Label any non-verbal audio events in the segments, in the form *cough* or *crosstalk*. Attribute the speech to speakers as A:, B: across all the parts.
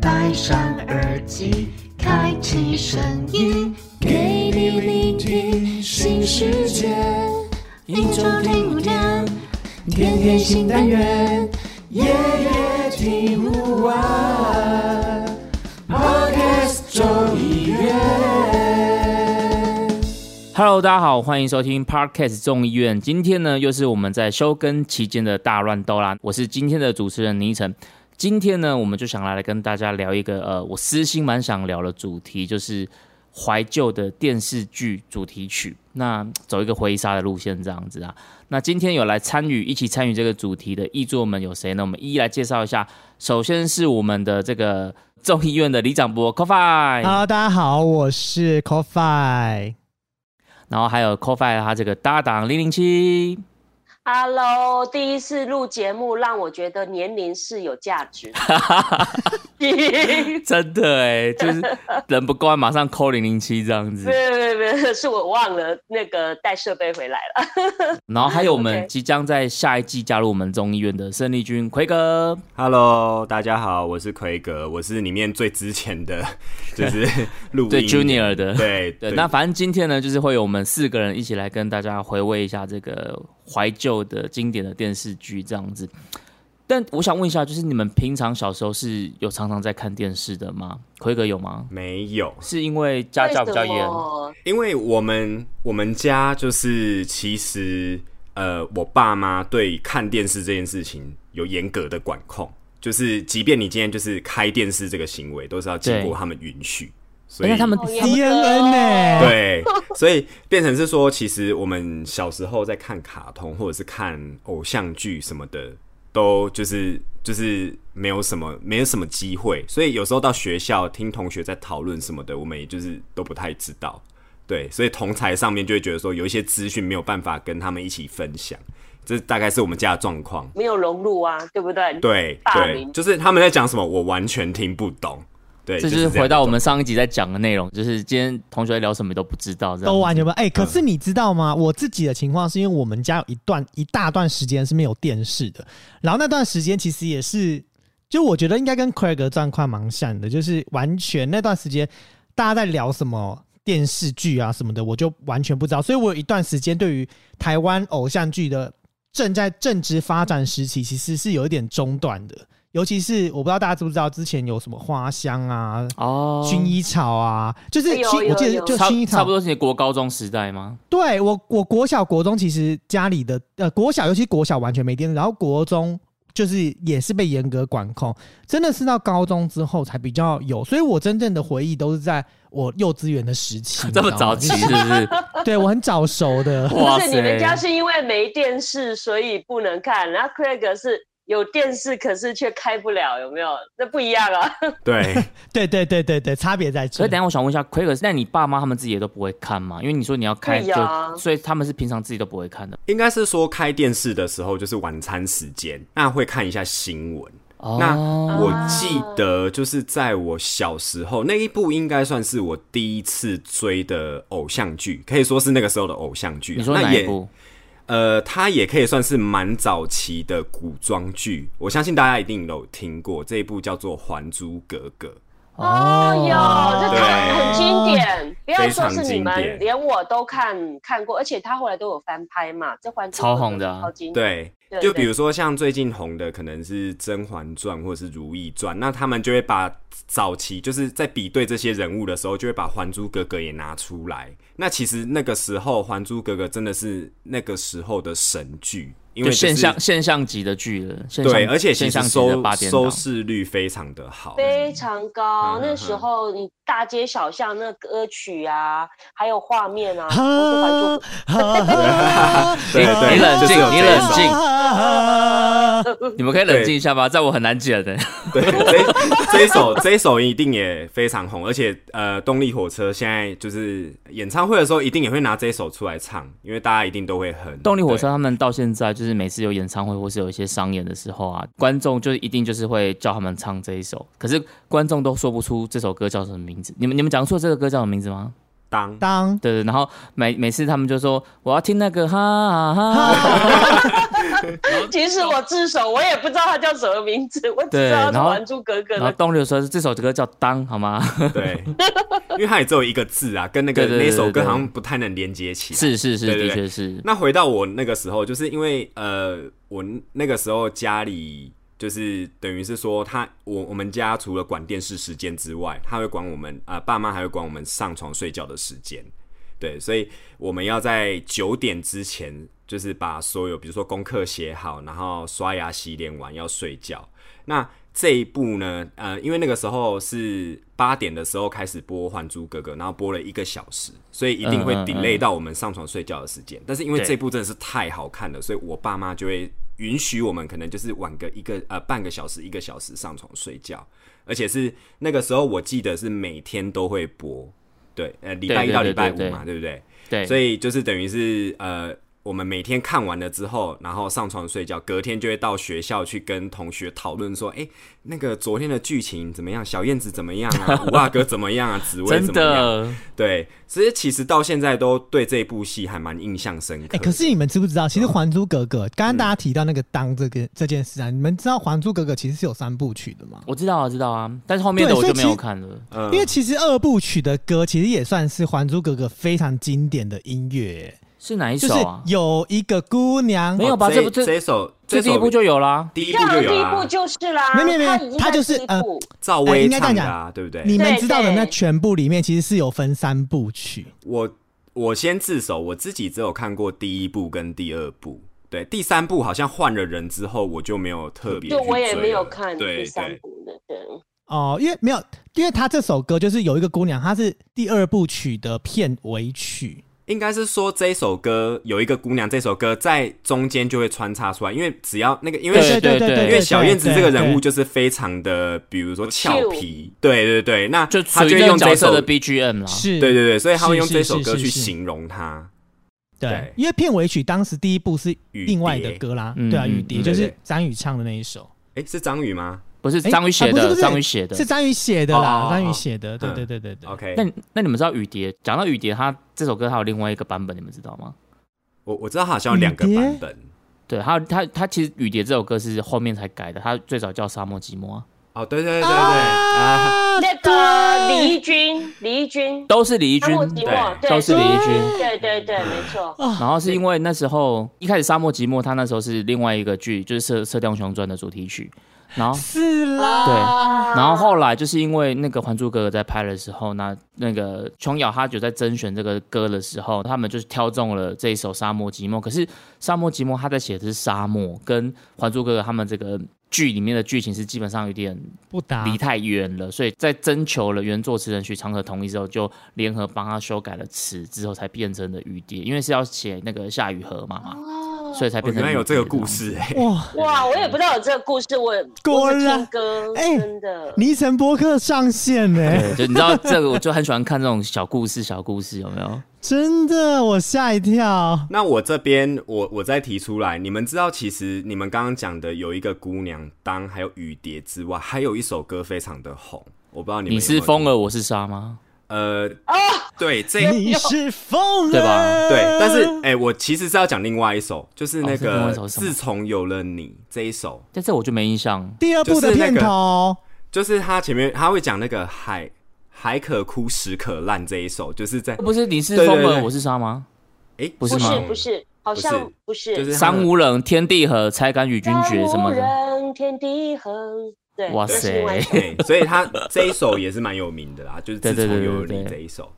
A: 戴上耳机，开启声音，
B: 给你聆听新世界，一周听五天，天天新单元，夜夜听不完。Podcast 众议院，
C: Hello，大家好，欢迎收听 Parkcast 众议院。今天呢，又是我们在休耕期间的大乱斗啦。我是今天的主持人倪晨。今天呢，我们就想来来跟大家聊一个呃，我私心蛮想聊的主题，就是怀旧的电视剧主题曲。那走一个回忆杀的路线这样子啊。那今天有来参与一起参与这个主题的译作们有谁呢？我们一一来介绍一下。首先是我们的这个众议院的李长博 c o f i
D: Hello，大家好，我是 CoFi。
C: 然后还有 c o f i 他这个搭档零零七。
E: Hello，第一次录节目让我觉得年龄是有价
C: *laughs*
E: 值 *laughs* 的。别
C: 真的哎，就是人不够，啊马上扣零零七这样子。
E: 别别别，是我忘了那个带设备回来了。
C: 然后还有我们
E: OK
C: 即将在下一季加入我们众议院的胜利军奎哥，
F: Hello，大家好，我是奎格，我是里面最之
C: *laughs*
F: 前的，就是录音
C: 对 Junior 的。
F: 对
C: 对，那反正今天呢，就是会有我们四个人一起来跟大家回味一下这个怀旧的经典的电视剧这样子。但我想问一下，就是你们平常小时候是有常常在看电视的吗？奎哥有吗？
F: 没有，
C: 是因为家教比较
E: 为什
C: 严，
E: 么
F: 因为我们我们家就是其实呃，我爸妈对看电视这件事情有严格的管控，就是即便你今天就是开电视这个行为，都是要经
C: 对
F: 过他们允许，所
C: 因
F: 以
C: 为他们
E: 好严格哦
D: CNN 呢、
F: 对，所以变成是说，其实我们小时候在看卡通或者是看偶像剧什么的，都就是就是没有什么没有什么机会，所以有时候到学校听同学在讨论什么的，我们也就是都不太知道。对，所以同才上面就会觉得说有一些资讯没有办法跟他们一起分享，这大概是我们家的状况。
E: 没有融入啊，对不对？
F: 对
E: 霸
F: 对
E: 凌，
F: 就是他们在讲什么，我完全听不懂。对，
C: 这
F: 就
C: 就是
F: 这样
C: 回到我们上一集在讲的内容，就是今天同学聊什么都不知道，这样
D: 都完全不哎、可
F: 嗯
D: 是你知道吗？我自己的情况是因为我们家有一段一大段时间是没有电视的，然后那段时间其实也是，就我觉得应该跟 Craig 的状况蛮像的，就是完全那段时间大家在聊什么电视剧啊什么的，我就完全不知道，所以我有一段时间对于台湾偶像剧的正在正值发展时期，其实是有一点中断的。尤其是我不知道大家知不知道，之前有什么花香啊、
C: 哦，
D: 薰衣草啊，就是
E: 有
D: 薰，我记得
E: 有
D: 就
C: 差
D: 薰衣草
C: 差不多是你国高中时代吗？
D: 对我，我国小、国中其实家里的呃，国小尤其国小完全没电视，然后国中就是也是被严格管控，真的是到高中之后才比较有，所以我真正的回忆都是在我幼稚园的时期，
C: 这么早
D: 你
F: *laughs*
C: 期
D: 知道吗
C: 是不是？，
D: 就是对我很早熟的
E: 不是你们家是因为没电视所以不能看，然后 Craig 是有电视可是却开不了，有没有？那不一样啊。
F: 对。
D: 对对对对对，差别在
C: 所
D: 这
C: 以。等一下我想问一下奎哥，那你爸妈他们自己也都不会看吗？因为你说你要开
E: 对呀
C: 就，所以他们是平常自己都不会看的。
F: 应该是说开电视的时候就是晚餐时间，那会看一下新闻。
C: 哦
F: 那我记得就是在我小时候那一部，应该算是我第一次追的偶像剧，可以说是那个时候的偶像剧啊。
C: 你说
F: 那
C: 哪一
F: 也
C: 部？
F: 呃，它也可以算是蛮早期的古装剧，我相信大家一定有听过这一部叫做《还珠格格》。
E: 哦，有，这
F: 对
E: 看很经典，不要
F: 非
E: 说
F: 常
E: 是你
F: 经
E: 们，
F: 典
E: 连我都看看过，而且他后来都有翻拍嘛，这环
C: 超红的啊
E: 超经典。
F: 对
E: 对，
F: 就比如说像最近红的可能是《甄嬛传》或者是《如懿传》，那他们就会把早期就是在比对这些人物的时候，就会把《还珠格格》也拿出来。那其实那个时候，《还珠格格》真的是那个时候的神剧，因为、
C: 就
F: 就是、
C: 现象现象级的剧了，现象
F: 对，而且其
C: 现象
F: 实
C: 级的
F: 收
C: 八点档
F: 收。视率非常的好。
E: 非常高
F: 嗯，
E: 那时候你大街小巷那歌曲啊，还有画面啊，都是还珠
D: 哈
E: 格格
D: 哈哈
F: 对
C: 你
F: 对
C: 你冷
F: 就是
C: 静，
F: 有
C: 你
F: 这
C: 冷
F: 种
C: 静，
D: 哈，
C: 你们可以冷静一下吧，在我很难解
F: *laughs*
C: 的。
F: 对，这这一首这一首一定也非常红，而且呃，动力火车现在就是演唱会的时候，一定也会拿这一首出来唱，因为大家一定都会哼。
C: 动力火
F: 对
C: 车他们到现在就是每次有演唱会或是有一些商演的时候啊，观众就一定就是会叫他们唱这一首，可是观众都说不出这首歌叫什么名字。你们你们讲出这个歌叫什么名字吗？
F: 当
D: 当
C: 对对，然后每每次他们就说我要听那个哈哈哈，
E: 其实我自首，我也不知道他叫什么名字，我只知
C: 对
E: 道他是
C: 然
E: 《
C: 后
E: 还珠格格》
C: 然后
E: 的。
C: 动力说是这首歌叫《当》，好吗？
F: 对，因为它也只有一个字啊，跟那个
C: 对对对
F: 那首
C: 对
F: 歌
C: 对
F: 好像不太能连接起来。
C: 是是是，
F: 对对
C: 的
F: 对
C: 确是。
F: 那回到我那个时候，就是因为呃，我那个时候家里就是等于是说他，我我们家除了管电视时间之外，他会管我们啊、呃爸妈还会管我们上床睡觉的时间。对，所以我们要在九点之前，就是把所有比如说功课写好，然后刷牙洗脸完要睡觉。那这一部呢，呃，因为那个时候是八点的时候开始播《还珠格格》，然后播了一个小时，所以一定会
C: 嗯嗯嗯
F: delay 到我们上床睡觉的时间。但是因为
C: 对
F: 这部真的是太好看了，所以我爸妈就会允许我们可能就是晚个一个呃半个小时、一个小时上床睡觉，而且是那个时候我记得是每天都会播，对，呃，礼拜一
C: 对对
F: 到
C: 对
F: 礼拜五
C: 对对
F: 嘛，对不对？
C: 对，
F: 所以就是等于是呃，我们每天看完了之后，然后上床睡觉，隔天就会到学校去跟同学讨论说，哎、那个昨天的剧情怎么样？小燕子怎么样
C: *laughs*
F: 啊？五阿哥怎么样啊？紫薇
C: 真
F: 怎么样？
C: 的
F: 对，所以其实到现在都对这部戏还蛮印象深刻。
D: 哎、可是你们知不知道，其实《还珠格格》刚刚大家提到那个当这个这件事啊，你们知道《还珠格格》其实是有三部曲的吗？
C: 我知道啊，知道啊，但是后面的
D: 对
C: 我
D: 所以
C: 就没有
D: 其实
C: 看了。
F: 嗯
D: 因为其实二部曲的歌其实也算是《还珠格格》非常经典的音乐，
C: 是哪一
D: 就是
C: 首啊？
D: 有一个姑娘，
C: 没有吧？
F: 哦
C: 这不
F: 这
C: 这
F: 一首
C: 这第一部就有啊啦。
F: 第一部
E: 跳
F: 就
E: 的第
F: 有啊
E: 一
F: 啦
E: 步，就是啦，
D: 没没没
E: 他已经
D: 他
E: 在
D: 就是
E: 第一步
F: 赵
D: 哎
F: 薇
D: 应该这
F: 唱
D: 样
F: 的
D: 讲
F: 啊，对不对？
D: 你们知道的
E: 对对
D: 那全部里面其实是有分三部曲，
F: 我我先自首，我自己只有看过第一部跟第二部，对，第三部好像换了人之后，我就没有特别去
E: 就
F: 追了，
E: 我也没有看
F: 对
E: 第三
F: 对，
E: 部的，对，
D: 哦，因为没有，因为他这首歌就是有一个姑娘，她是第二部曲的片尾曲。
F: 应该是说这首歌有一个姑娘，这首歌在中间就会穿插出来，因为只要那个，因为
C: 对
D: 对对对，
F: 因为小燕子
D: 对
F: 这个人物。
D: 对对
F: 就是非常的，比如说俏皮，对对对，那
C: 就
F: 他
C: 属
F: 就
C: 于
F: 会用
C: 这
F: 这
C: 角色
F: 首，
C: 的
F: 对
C: BGM 啦，
D: 是，
F: 对对，所以他会
D: 是
F: 用
D: 是
F: 这首
D: 是
F: 歌
D: 是
F: 去
D: 是
F: 形容他，
D: 对
F: 对，
D: 因为片尾曲当时第一部是
F: 雨
D: 另外的
F: 蝶
D: 歌啦，
C: 嗯
D: 对啊，
C: 嗯
D: 雨
C: 嗯
D: 蝶
F: 对
D: 就是
F: 对
D: 张宇唱的那一首，
F: 诶，是张宇吗
C: 不是
D: 诶
C: 张宇写
D: 啊不是不
C: 的，
D: 是
C: 张宇写的
D: 是。张宇写的
F: 哦哦
D: 啦，
F: 哦
D: 张宇
F: 哦
D: 写的，对对对对对。
F: ？OK，
C: 那那你们知道雨蝶？讲到雨蝶，它这首歌还有另外一个版本，你们知道吗？
F: 我我知道好像有两个
D: 雨蝶
F: 版本，
C: 对，它它它其实雨蝶这首歌是后面才改的，它最早叫沙漠寂寞啊，
F: 哦，对对对对啊，
D: 啊
E: 那个李翊君，李翊君，
C: 都是李翊
E: 沙漠
C: 君
E: 寂，寞，对，
C: 都是李翊君。
E: 对对对，没错，
C: *laughs* 然后是因为那时候一开始《沙漠寂寞》，他那时候是另外一个剧，就是《射射雕英雄传》的主题曲。然后
D: 是啦，
C: 对，
D: 啊
C: 然后后来就是因为那个《还珠格格》在拍的时候，那那个琼瑶她就在甄选这个歌的时候，他们就是挑中了这一首《沙漠寂寞》。可是《沙漠寂寞》他在写的是沙漠，跟《还珠格格》他们这个剧里面的剧情是基本上有点
D: 不打
C: 离太远了，所以在征求了原作词人许常和同意之后，就联合帮他修改了词，之后才变成了雨蝶，因为是要写那个夏雨荷嘛，所以才
F: 我
C: 变成
F: 哦原
C: 雨蝶
F: 来有这个故。事哎，
D: 哇！
E: 哇，我也不知道有这个故事，我
D: 果
E: 我是
D: 然
E: 听歌，
D: 哎
E: 真的，
D: 尼城博客上线呢、
C: 对，就你知道这个，我就很喜欢看这种小故事，小故事有没有？
D: 真的我吓一跳。
F: 那我这边，我我再提出来，你们知道，其实你们刚刚讲的有一个姑娘当，还有雨蝶之外，还有一首歌非常的红，我不知道你们
C: 你
F: 有没有
C: 是风
F: 听
C: 儿，我是沙吗？
F: 呃，
E: 啊
F: 对，这
D: 你是疯了，
C: 对吧
F: 对，但是哎、我其实是要讲另外一首，就是那
C: 哦是另外
F: 个
C: 一首是什么
F: 自从有了你这一首，
C: 但这我就没印象。
D: 第二部的片头，
F: 就是他前面他会讲那个海海可枯石可烂这一首，就是在
C: 不是你是
F: 对对
C: 风儿，
F: 对
C: 我是沙吗？
F: 哎、
C: 不
E: 哦不
C: 是
E: 是
C: 吗
E: 不是，好像不是，
F: 就是他
C: 山
F: 们
C: 无棱，天地合，才敢与君绝什么的。
E: 山无人天地恒，对，
C: 哇
E: 那是另外一
C: 塞
E: 首，
F: 对，哎所以他这一首也是蛮有名的啦，就是
C: 对对
F: 自从
C: 对
F: 有了
C: 对
F: 你
C: 对
F: 这一首。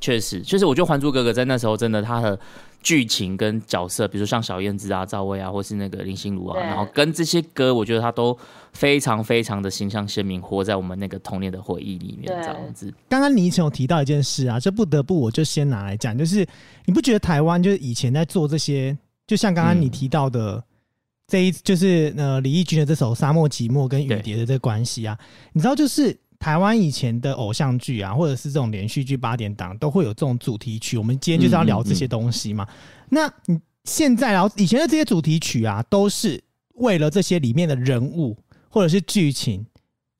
C: 确实，确实，我觉得《还珠格格》在那时候真的，它的剧情跟角色，比如说像小燕子啊、赵薇啊，或是那个林心如啊，
E: 对
C: 然后跟这些歌，我觉得它都非常非常的形象鲜明，活在我们那个童年的回忆里面，
E: 对
C: 这样子。
D: 刚刚你以前有提到一件事啊，这不得不我就先拿来讲，就是你不觉得台湾就是以前在做这些，就像刚刚你提到的。这一就是呃李翊君的这首《沙漠寂寞》跟雨蝶的这个关系啊，你知道就是台湾以前的偶像剧啊，或者是这种连续剧八点档都会有这种主题曲，我们今天就是要聊这些东西嘛。那你现在然后以前的这些主题曲啊，都是为了这些里面的人物或者是剧情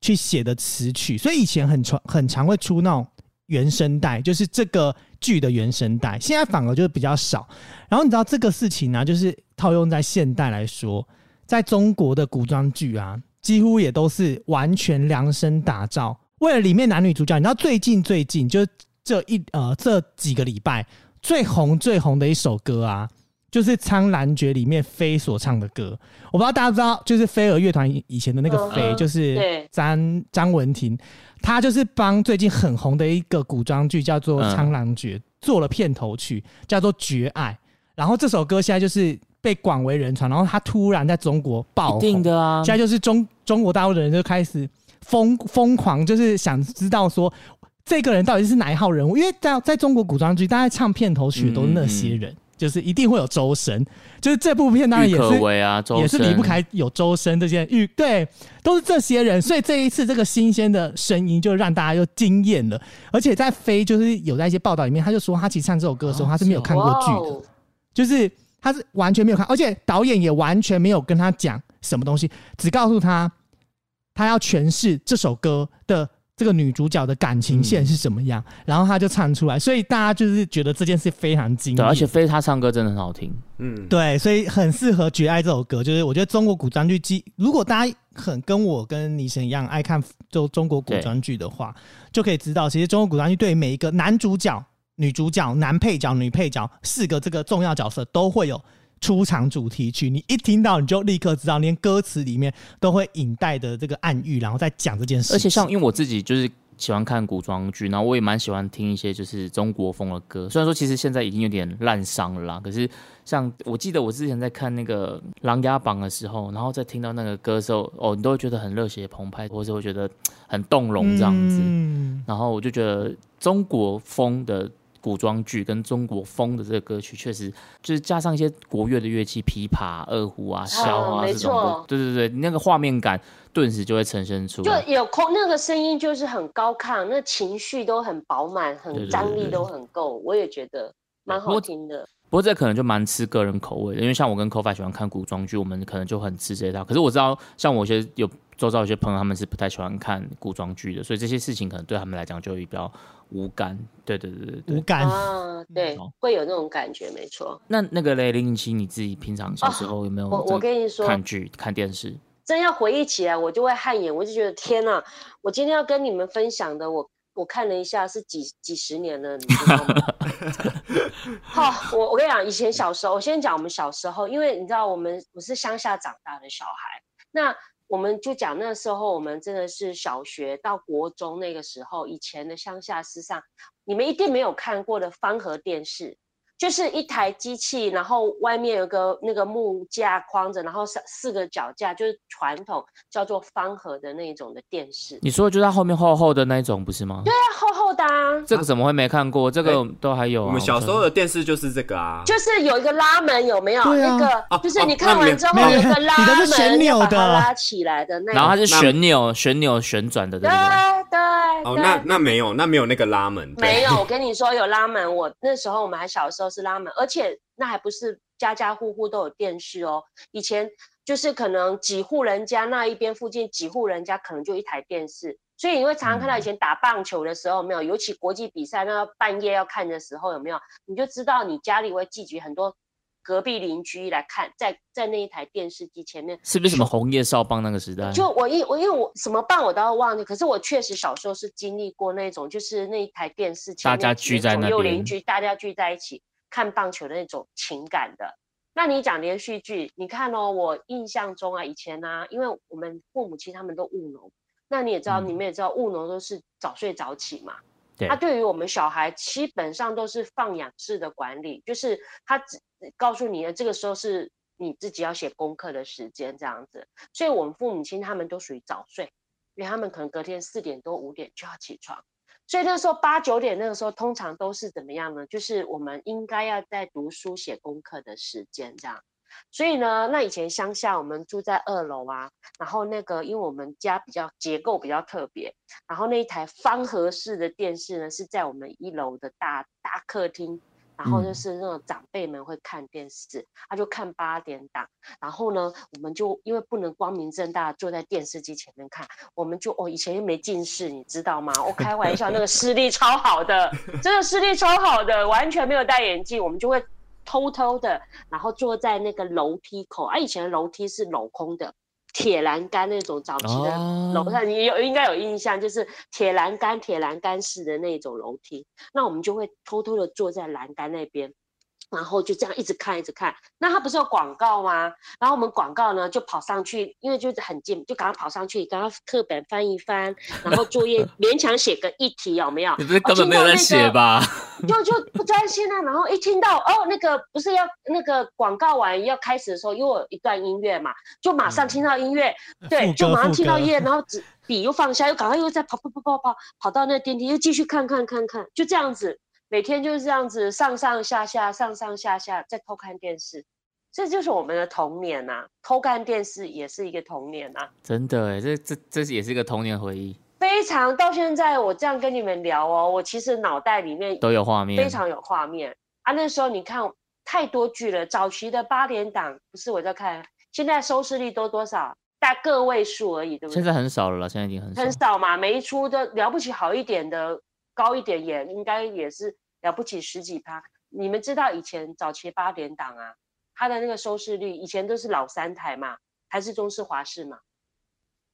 D: 去写的词曲，所以以前很常很常会出那种原声带，就是这个剧的原声带，现在反而就是比较少。然后你知道这个事情呢、就是套用在现代来说，在中国的古装剧啊，几乎也都是完全量身打造。为了里面男女主角，你知道最近最近就是这一呃这几个礼拜最红最红的一首歌啊，就是《苍兰诀》里面飞所唱的歌。我不知道大家知道，就是飞儿乐团以前的那个
E: 嗯
D: 飞，
E: 嗯
D: 就是
E: 对
D: 张张文婷，她就是帮最近很红的一个古装剧叫做
C: 嗯
D: 《苍兰诀》做了片头曲，叫做《绝爱》。然后这首歌现在就是被广为人传，然后它突然在中国爆红，
C: 一定的啊
D: 现，在就是中中国大陆的人就开始疯疯狂，就是想知道说这个人到底是哪一号人物，因为在在中国古装剧，大家唱片头曲都是那些人，就是一定会有周深，就是这部片当然
C: 嗯郁
D: 也
C: 可
D: 是
C: 唯啊，周
D: 也是离
C: 深。
D: 不开有周深这些玉，对，都是这些人，所以这一次这个新鲜的声音就让大家又惊艳了，而且在飞就是有在一些报道里面，他就说他其实唱这首歌的时候，
C: 哦
D: 他是没有看过剧的。
E: 哦
D: 就是他是完全没有看，而且导演也完全没有跟他讲什么东西，只告诉他他要诠释这首歌的这个女主角的感情
C: 嗯
D: 线是什么样，然后他就唱出来，所以大家就是觉得这件事非常惊
C: 对，
D: 艳，
C: 而且飞他唱歌真的很好听，
F: 嗯，
D: 对，所以很适合《绝爱》这首歌。就是我觉得中国古装剧，基如果大家很跟我跟倪晨一样爱看就中国古装剧的话，就可以知道，其实中国古装剧对每一个男主角、女主角、男配角、女配角四个这个重要角色都会有。出场主题曲，你一听到你就立刻知道，连歌词里面都会引带的这个暗喻，然后再讲这件事情。
C: 而且像因为我自己就是喜欢看古装剧，然后我也蛮喜欢听一些就是中国风的歌。虽然说其实现在已经有点烂伤了啦，可是像我记得我之前在看那个《琅琊榜》的时候，然后在听到那个歌的时候，哦，你都会觉得很热血澎湃，或者会觉得嘖很动容这样子。
D: 嗯
C: 然后我就觉得中国风的古装剧跟中国风的这个歌曲，确实就是加上一些国乐的乐器，琵琶、二胡啊、箫啊、
E: 没
C: 这种的
E: 错，
C: 对对对，那个画面感顿时就会呈现出
E: 就
C: 来。
E: 有空，那个声音就是很高亢，那情绪都很饱满，
C: 对
E: 很
C: 对
E: 张
C: 对
E: 力
C: 对
E: 都很够，我也觉得蛮
C: 我
E: 好听的。
C: 不过这可能就蛮吃个人口味的，因为像我跟 Kofi 喜欢看古装剧，我们可能就很吃这一套。可是我知道，像我有些有周遭有些朋友，他们是不太喜欢看古装剧的，所以这些事情可能对他们来讲就会比较无感。对对对对
D: 无
C: 对。
D: 感，
E: 啊，对
C: 嗯好，
E: 会有那种感觉，没错。
C: 那那个雷零零七，你自己平常小时候有没有
E: 我
C: 在
E: 哦我跟你说，
C: 看剧、看电视？
E: 真要回忆起来，我就会汗颜，我就觉得天啊呐，我今天要跟你们分享的，我我看了一下是几几十年了，你知道吗？好、我我跟你讲，以前小时候，我先讲我们小时候，因为你知道我们我是乡下长大的小孩，那我们就讲那时候我们真的是小学到国中那个时候，以前的乡下市上，你们一定没有看过的方盒电视。就是一台机器，然后外面有个那个木架框着，然后四四个脚架，就是传统叫做方盒的那种的电视，
C: 你说的就是它后面厚厚的那一种，不是吗？对
E: 那厚厚的啊，
C: 这个怎么会没看过？这个都还有啊、
F: 我们小时候
C: 我
F: 的电视就是这个啊，
E: 就是有一个拉门，有没有？
D: 对啊
E: 那
F: 哦
E: 个就是
F: 哦
E: 你看
F: 那
E: 完
F: 你
E: 之后
D: 没有
E: 有一个拉
D: 你
E: 门，
D: 的是旋钮的
E: 要把它拉起来的那
C: 想说然后它
E: 个。
C: 是旋钮，旋钮旋转的，对
E: 对啊
C: 不对？
E: 对
F: 哦，
E: 对
F: 那那没有，那没有那个拉门，对
E: 没有，我跟你说有拉门。我那时候我们还小的时候是拉门，而且那还不是家家户户都有电视哦。以前就是可能几户人家那一边附近几户人家可能就一台电视，所以你会常常看
F: 嗯
E: 到以前打棒球的时候有没有，尤其国际比赛那半夜要看的时候有没有，你就知道你家里会聚集很多隔壁邻居来看，在在那一台电视机前面
C: 是不是什么红叶少棒那个时代？哦
E: 就我因我因为我什么办我都要忘记，可是我确实小时候是经历过那种，就是那一台电视前
C: 大
E: 面
C: 家
E: 几
C: 聚
E: 个
C: 在
E: 左
C: 那
E: 右
C: 边
E: 邻居大家聚在一起看棒球的那种情感的。那你讲连续剧，你看哦，我印象中啊，以前啊，因为我们父母亲他们都务农，那你也知道，
C: 嗯
E: 你们也知道，务农都是早睡早起嘛。
C: 对
E: 他对于我们小孩基本上都是放养式的管理，就是他只告诉你的这个时候是你自己要写功课的时间这样子。所以我们父母亲他们都属于早睡，因为他们可能隔天四点多五点就要起床。所以那时候八九点那个时候，通常都是怎么样呢？就是我们应该要在读书写功课的时间这样。所以呢，那以前乡下我们住在二楼啊，然后那个因为我们家比较结构比较特别，然后那一台方盒式的电视呢是在我们一楼的大大客厅，然后就
C: 嗯
E: 是那种长辈们会看电视，他、就看八点档，然后呢，我们就因为不能光明正大地坐在电视机前面看，我们就哦以前又没近视，你知道吗？我开玩笑，那个视力超好的，真的视力超好的，完全没有戴眼镜，我们就会偷偷的，然后坐在那个楼梯口啊，以前的楼梯是镂空的。铁栏杆那种早期
C: 哦
E: 的楼上，你有应该有印象，就是铁栏杆、铁栏杆式的那种楼梯。那我们就会偷偷的坐在栏杆那边，然后就这样一直看，一直看。那它不是有广告吗？然后我们广告呢就跑上去，因为就是很近，就赶快跑上去，赶快课本翻一翻，然后作业勉强写个一题，有没有？
C: 你不是根本没有在写吧？
E: 就就不专
D: *laughs*
E: 心啊。然后一听到哦，那个不是要那个广告完要开始的时候，又有一段音乐嘛，就马上听到音乐，对，
D: 副
E: 就
D: 嗯歌
E: 马上
D: 副
E: 听到
D: 歌
E: 音乐，然后纸笔又放下，又赶快又再跑跑跑跑跑跑到那个电梯，又继续看看看看，就这样子，每天就是这样子上上下下上上下下在偷看电视。这就是我们的童年呐、啊偷看电视也是一个童年呐、
C: *laughs* 真的哎，这这这也是一个童年回忆，
E: 非常到现在我这样跟你们聊哦，我其实脑袋里面
C: 都有画面，
E: 非常有画面啊！那时候你看太多剧了，早期的八点档不是我在看，现在收视率都多少？大概个位数而已，对不
C: 现
E: 对？
C: 在很少了啦，现在已经很少。
E: 很少嘛，每一出都了不起，好一点的，高一点也应该也是了不起十几趴。你们知道以前早期八点档啊，它的那个收视率以前都是老三台嘛，还是中式华视嘛。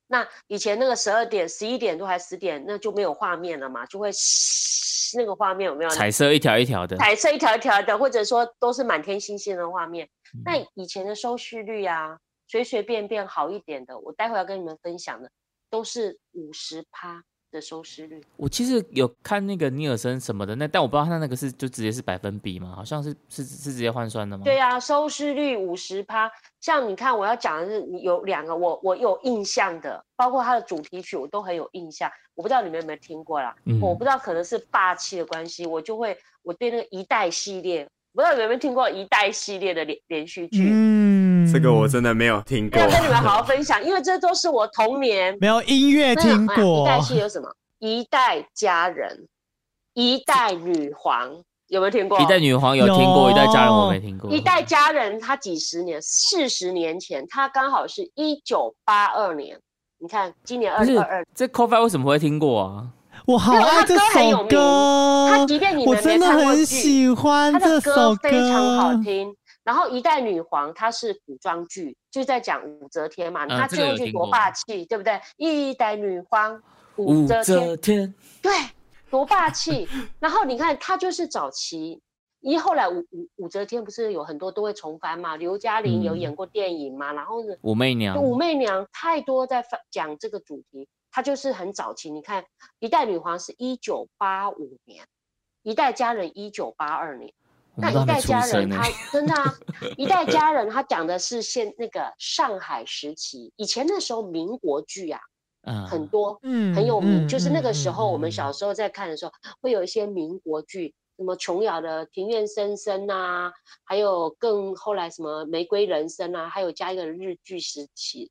E: 那以前那个十二点、十一点多还十点，那就没有画面了嘛，就会 *laughs* 嘶那个画面有没有？
C: 彩色一条一条的，
E: 彩色一条一条的，或者说都是满天星星的画面。那以前的收视率啊，随随便便好一点的，我待会要跟你们分享的，都是五十趴的收视率。
C: 我其实有看那个尼尔森什么的，那但我不知道他那个是就直接是百分比嘛，好像是是是直接换算的吗？
E: 对啊，收视率五十趴。像你看，我要讲的是，你有两个我我有印象的，包括它的主题曲，我都很有印象。我不知道你们有没有听过啦，
C: 嗯
E: 我不知道可能是霸气的关系，我就会我对那个一代系列，不知道你们有没有听过一代系列的连连续剧。
D: 嗯，
F: 这个我真的没有听
E: *laughs*
F: 过
E: 要。跟你们好好分享，因为这都是我童年
D: 没有音乐
E: 那
D: 听
E: 一代
D: 过，
E: 戏有什么？一代佳人，一代女皇，有没有听过？
C: 一代女皇有听过，
D: 有
C: 一代家人我没听过。
D: 嗯
E: 一代佳人，她几十年，四十年前，她刚好是一九八二年。你看，今年
C: 不
E: 二
C: 是
E: 零二二，
C: 这 c o f i 为什么会听过啊？
D: 我好爱这首
E: 没有他歌很有名他
D: 歌
E: 即便你，们
D: 哦我
E: 没
D: 真的
E: 看过
D: 很
E: 剧
D: 喜欢
E: 她
D: 这
E: 的
D: 首
E: 歌
D: 歌，
E: 非常好听。然后一代女皇，她是古装剧，就在讲武则天嘛，
C: 嗯
E: 她
C: 这
E: 最
C: 个
E: 后
C: 有
E: 一句
C: 听
E: 多
C: 过
E: 霸气，对不对？一代女皇，
C: 武
E: 武则天
C: 则天，
E: 对，多霸气。然后你看，他就是早期，因为后来武武武则天不是有很多都会重翻嘛，刘嘉玲有
C: 嗯
E: 演过电影嘛，然后呢，
C: 武媚娘，
E: 武媚娘太多在翻讲这个主题，她就是很早期。你看，一代女皇是一九八五年，一代佳人一九八二年。
C: 我
E: 那
C: 们都
E: 一
C: 还没
E: 代
C: 出
E: 佳人
C: 生呢
E: 他。真
C: *laughs*
E: 的啊，一代佳人他讲的是现那个上海时期，以前那时候民国剧啊
C: 嗯，
E: 很多，
D: 嗯
E: 很有名，
D: 嗯
E: 就是那个时候
D: 嗯
E: 我们小时候在看的时候，会有一些民国剧，什么琼瑶的《庭院深深》啊，还有更后来什么《玫瑰人生》啊，还有加一个日剧时期，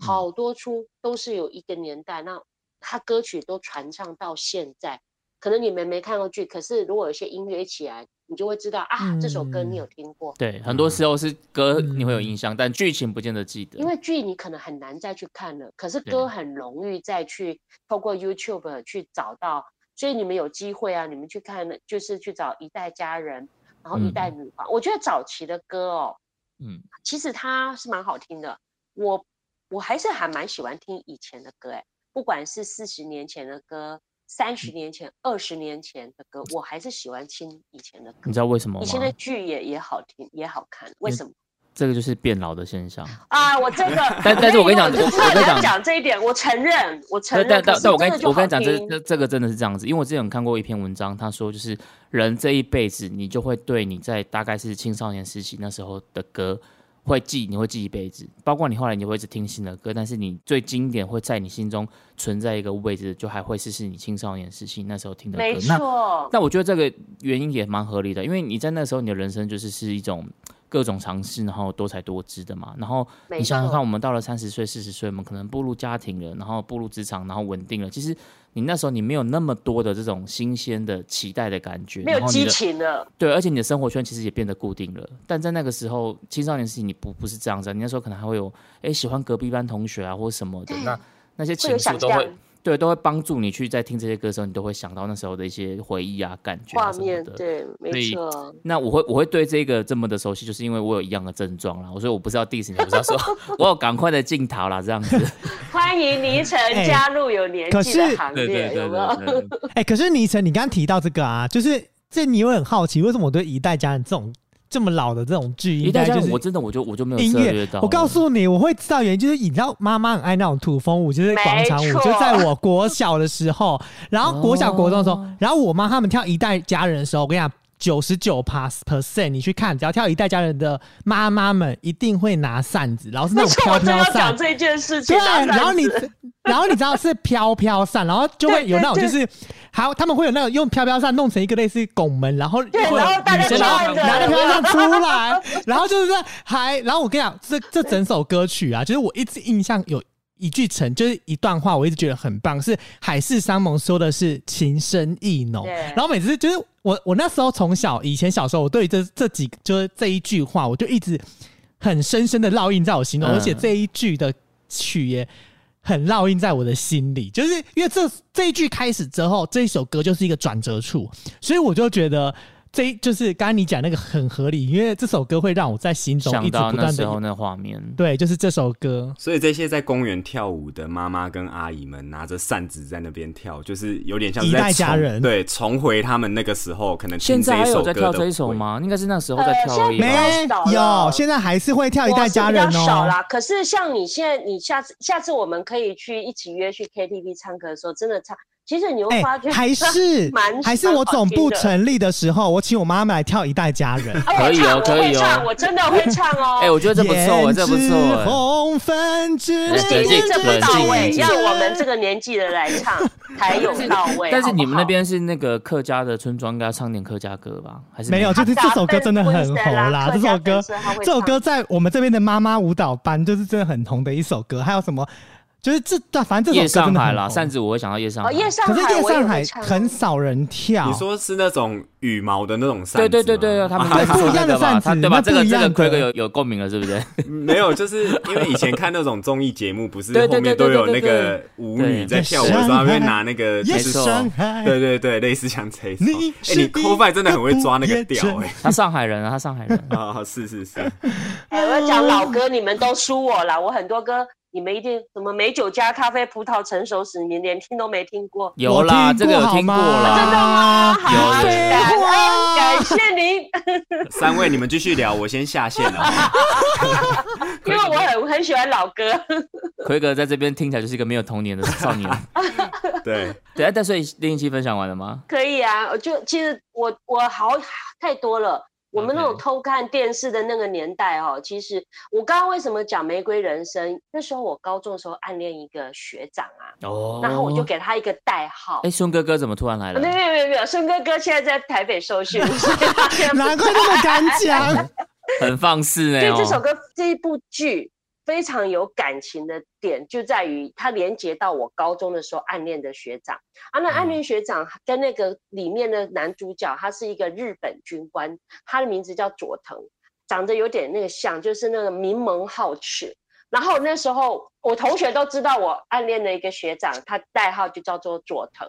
C: 嗯
E: 好多出都是有一个年代，那它歌曲都传唱到现在。可能你们没看过剧，可是如果有些音乐一起来，你就会知道啊，这首歌你有听过，
C: 对，很多时候是歌
D: 嗯
C: 你会有印象，但剧情不见得记得。
E: 因为剧你可能很难再去看了，可是
C: 对
E: 歌很容易再去透过 YouTube 去找到，所以你们有机会啊，你们去看，就是去找一代佳人，然后一代女皇。我觉得早期的歌哦，
C: 嗯，
E: 其实它是蛮好听的，我我还是还蛮喜欢听以前的歌，哎，不管是四十年前的歌。三
C: 嗯
E: 十年前、二十年前的歌，我还是喜欢听以前的歌
C: 你知。道为什么
E: 以前的
C: 吗？
E: 剧也也好听，也好看，为
C: 你
E: 什么
C: 这个就是变老的现象。
E: *laughs* 啊？我这个，
C: 但但是我跟你讲，
E: 我就知
C: 我
E: 道
C: 跟
E: 你
C: 你
E: 要
C: 讲，
E: 讲这一点，我承认，我承
C: 但
E: 认。
C: 但但
E: 可是
C: 但我跟
E: 真的就
C: 我跟你讲，
E: 好
C: 这
E: 听
C: 这这个真的是这样子，因为我之前有看过一篇文章，他说就是人这一辈子，你就会对你在大概是青少年时期那时候的歌会记，你会记一辈子，包括你后来你会一直听新的歌，但是你最经典会在你心中存在一个位置，就还会是是你青少年时期那时候听的歌。
E: 没
C: 那
E: 错，
C: 那我觉得这个原因也蛮合理的，因为你在那时候你的人生就是是一种各种尝试，然后多才多姿的嘛。然后
E: 没
C: 你想想
E: 错
C: 看，我们到了三十岁、四十岁，我们可能步入家庭了，然后步入职场，然后稳定了。其实你那时候你没有那么多的这种新鲜的期待的感觉，
E: 没有
C: 然后你
E: 激
C: 的
E: 情了，
C: 对，而且你的生活圈其实也变得固定了。但在那个时候，青少年时期你不不是这样子啊、你那时候可能还会有哎喜欢隔壁班同学啊或什么的，
E: 对
C: 那那些
E: 会
C: 情
E: 有
C: 愫
E: 想
C: 都
E: 象
C: 会。对，都会帮助你去在听这些歌的时候，你都会想到那时候的一些回忆啊、感觉啊
E: 画
C: 什么
E: 面
C: 的。
E: 对，
C: 所
E: 没
C: 以
E: 错。
C: 那我会我会对这个这么的熟悉，就是因为我有一样的症状啦，所以我不是要 diss 你，我是要
E: *laughs*
C: 说我有赶快的镜头啦，这样子。
E: 欢迎倪晨
D: *laughs* 哎
E: 加入有年
D: 可
E: 纪的
D: 是
E: 行
C: 对对
E: 列，
C: 对
E: 有没有？
C: 对对，
D: 哎、可是倪晨，你刚刚提到这个啊，就是这你会很好奇，为什么我对一代家人这种这么老的这种剧，
C: 一
D: 应
C: 代
D: 该
C: 家
D: 就
C: 人
D: 是
C: 我真的我就我就没有
D: 音
C: 涉猎
D: 乐
C: 到。
D: 我告诉你，我会知道原因，就是你知道妈妈很爱那种土风舞，就是广场舞，
E: 没错
D: 就在我国小的时候，然后国小
C: 哦
D: 国中的时候，然后我妈他们跳一代家人的时候，我跟你讲。九十九 pass percent，你去看，只要跳一代家人的妈妈们，一定会拿扇子，然 *laughs* 后是那
E: 没 *laughs*
D: 种飘
E: 错，我正
D: 飘
E: 要
D: 扇
E: 讲，这件事情。
D: 对，
E: 拿扇
D: 然后你
E: 子，
D: 然后你知道是飘飘扇，然后就会有那种
E: 对
D: 就
E: 对
D: 是，还有他们会有那种用飘飘扇弄成一个类似拱门，然后
E: 对
D: 会有
E: 然后大
D: 女
E: 家
D: 生然后
E: 站着
D: 拿着飘飘扇出来，然后就是在还，然后我跟你讲，这这整首歌曲啊，就是我一直印象有。一句成就是一段话，我一直觉得很棒，是海誓山盟说的是情深意浓
E: 对，
D: 然后每次就是我我那时候从小以前小时候，我对于这这几就是这一句话，我就一直很深深的烙印在我心中，
C: 嗯
D: 而且这一句的曲也很烙印在我的心里，就是因为这这一句开始之后，这一首歌就是一个转折处，所以我就觉得这一就是刚刚你讲那个很合理，因为这首歌会让我在心中一
C: 想
D: 直
C: 到
D: 不
C: 那
D: 断
C: 时候
D: 的
C: 那画面，
D: 对，就是这首歌，
F: 所以这些在公园跳舞的妈妈跟阿姨们拿着扇子在那边跳，就是有点像是
D: 一
F: 在
D: 代家
F: 重
D: 人
F: 对重回他们那个时候可能听
C: 现在
F: 这
C: 还
F: 一首
C: 有在
F: 歌
C: 跳
F: 的
C: 这一首
F: 回忆？
C: 吗？应该是那时候在跳而已吧。
E: 呃现在
D: 没
E: 少
D: 有
E: 了，
D: 现在还是会跳一
E: 我
D: 代
E: 是
D: 家
E: 比
D: 人
E: 较少
D: 哦。
E: 啦。可是像你现在，你下次下次我们可以去一起约去 KTV 唱歌的时候，真的唱。其实你会
D: 哎、
E: 发觉
D: 还是
E: *laughs* 蛮
D: 还是我总部
E: 蛮好听的
D: 成立的时候，我请我妈妈来跳一代家人。
E: 啊
C: 可以哦
E: 我唱我
C: 可以
E: 会
C: 哦
E: 唱，我真的会唱
C: *laughs*
E: 哦。
C: 哎、我觉得这不
D: *laughs*
C: 错，啊这不
D: 胭脂
C: 错。
D: 红粉知
C: 哎
E: 这
C: 冷静
E: 这这
C: 冷
E: 不到
C: 静
E: 位，
C: 冷静
E: 要我们这个年纪的来唱 *laughs* 才有到位。
C: 但是
E: 好不啊
C: 你们那
E: 好
C: 边是那个客家的村庄，应该要唱点客家歌吧？还是
D: 没有，就是这首歌真的很红啦。这
E: 客
D: 首
E: 家
D: 歌
E: 粉丝他会，
D: 这首
E: 唱
D: 歌在我们这边的妈妈舞蹈班就是真的很红的一首歌。还有什么？就是这，对反正这
C: 夜
D: 首歌
C: 上
D: 真的
C: 海
D: 很
C: 啦，
D: 红。
C: 扇子我会想到夜上海。
E: 哦，夜上
D: 可
E: 海，
D: 是夜
E: 我也
D: 上
E: 会
D: 海
E: 唱啊
D: 很少人跳。
F: 你说是那种羽毛的那种扇
C: 对
F: 子？
C: 对对对对，他们
D: *laughs* 啊
C: 在
D: 不
C: 做
D: 一
C: 那
D: 样的
C: 个吧
D: 扇子
C: 他对吧？
D: 那
C: 这
D: 不
C: 个
D: 一
C: 这
D: 样
C: 个
D: 的
C: Craig 有有共鸣了，是
D: *laughs*
C: 不是？
F: 没有，就是因为以前看那种综艺节
C: *laughs*
F: 目，不是
C: 对对
F: 后
C: 对对
F: 面都
C: 对
F: 有
C: 对
F: 那
C: 对
F: 个舞女在跳舞的时候，他们会拿那个就
D: 夜
F: 是
C: 没错
D: 上海，
F: 对对对，类似像这一种。
D: 你
F: 哎，
D: 是
F: 你 c o f i 真的很会抓那个调哎。。
C: 他上海人啊，他上海人
D: *laughs*
F: 啊，是是是，
E: 哎，我要讲老歌，你们都输我了。我很多歌，你们一定什么美酒加咖啡、葡萄成熟时，你们连听都没听过。
C: 有啦，
D: 我
C: 这个有
D: 好
C: 听过
D: 吗？ *laughs*
C: 啦。
D: 吗
E: 好啊，
C: 有
E: 感恩感谢您，
F: 三位你们继续聊，我先下线了。
D: *laughs*
E: 因为我很很喜欢老歌。 *laughs*
C: 奎格在这边听起来就是一个没有童年的少
D: *laughs*
C: 年。
F: 对，
C: 对，但所以另一期分享完了吗？
E: 可以啊，我就其实我我好太多了。我们那
C: OK
E: 种偷看电视的那个年代哦，其实我刚刚为什么讲《玫瑰人生》？那时候我高中的时候暗恋一个学长啊，
C: 哦
E: 然后我就给他一个代号啊
C: 哎，。孙哥哥怎么突然
E: *laughs*
C: 来了
E: 没有？没有没有没有，孙哥哥现在在台北
D: *laughs*
E: 受训，所以他现在不
D: 难怪那么敢讲。 *laughs*
C: 很放肆呢。
E: 对这首
C: 哦。
E: 歌这一部剧非常有感情的点，就在于它连接到我高中的时候暗恋的学长啊，
D: 嗯
E: 那暗恋学长跟那个里面的男主角，他是一个日本军官，他的名字叫佐藤，长得有点那个像，就是那个名门皓齿。然后那时候我同学都知道我暗恋的一个学长，他代号就叫做佐藤。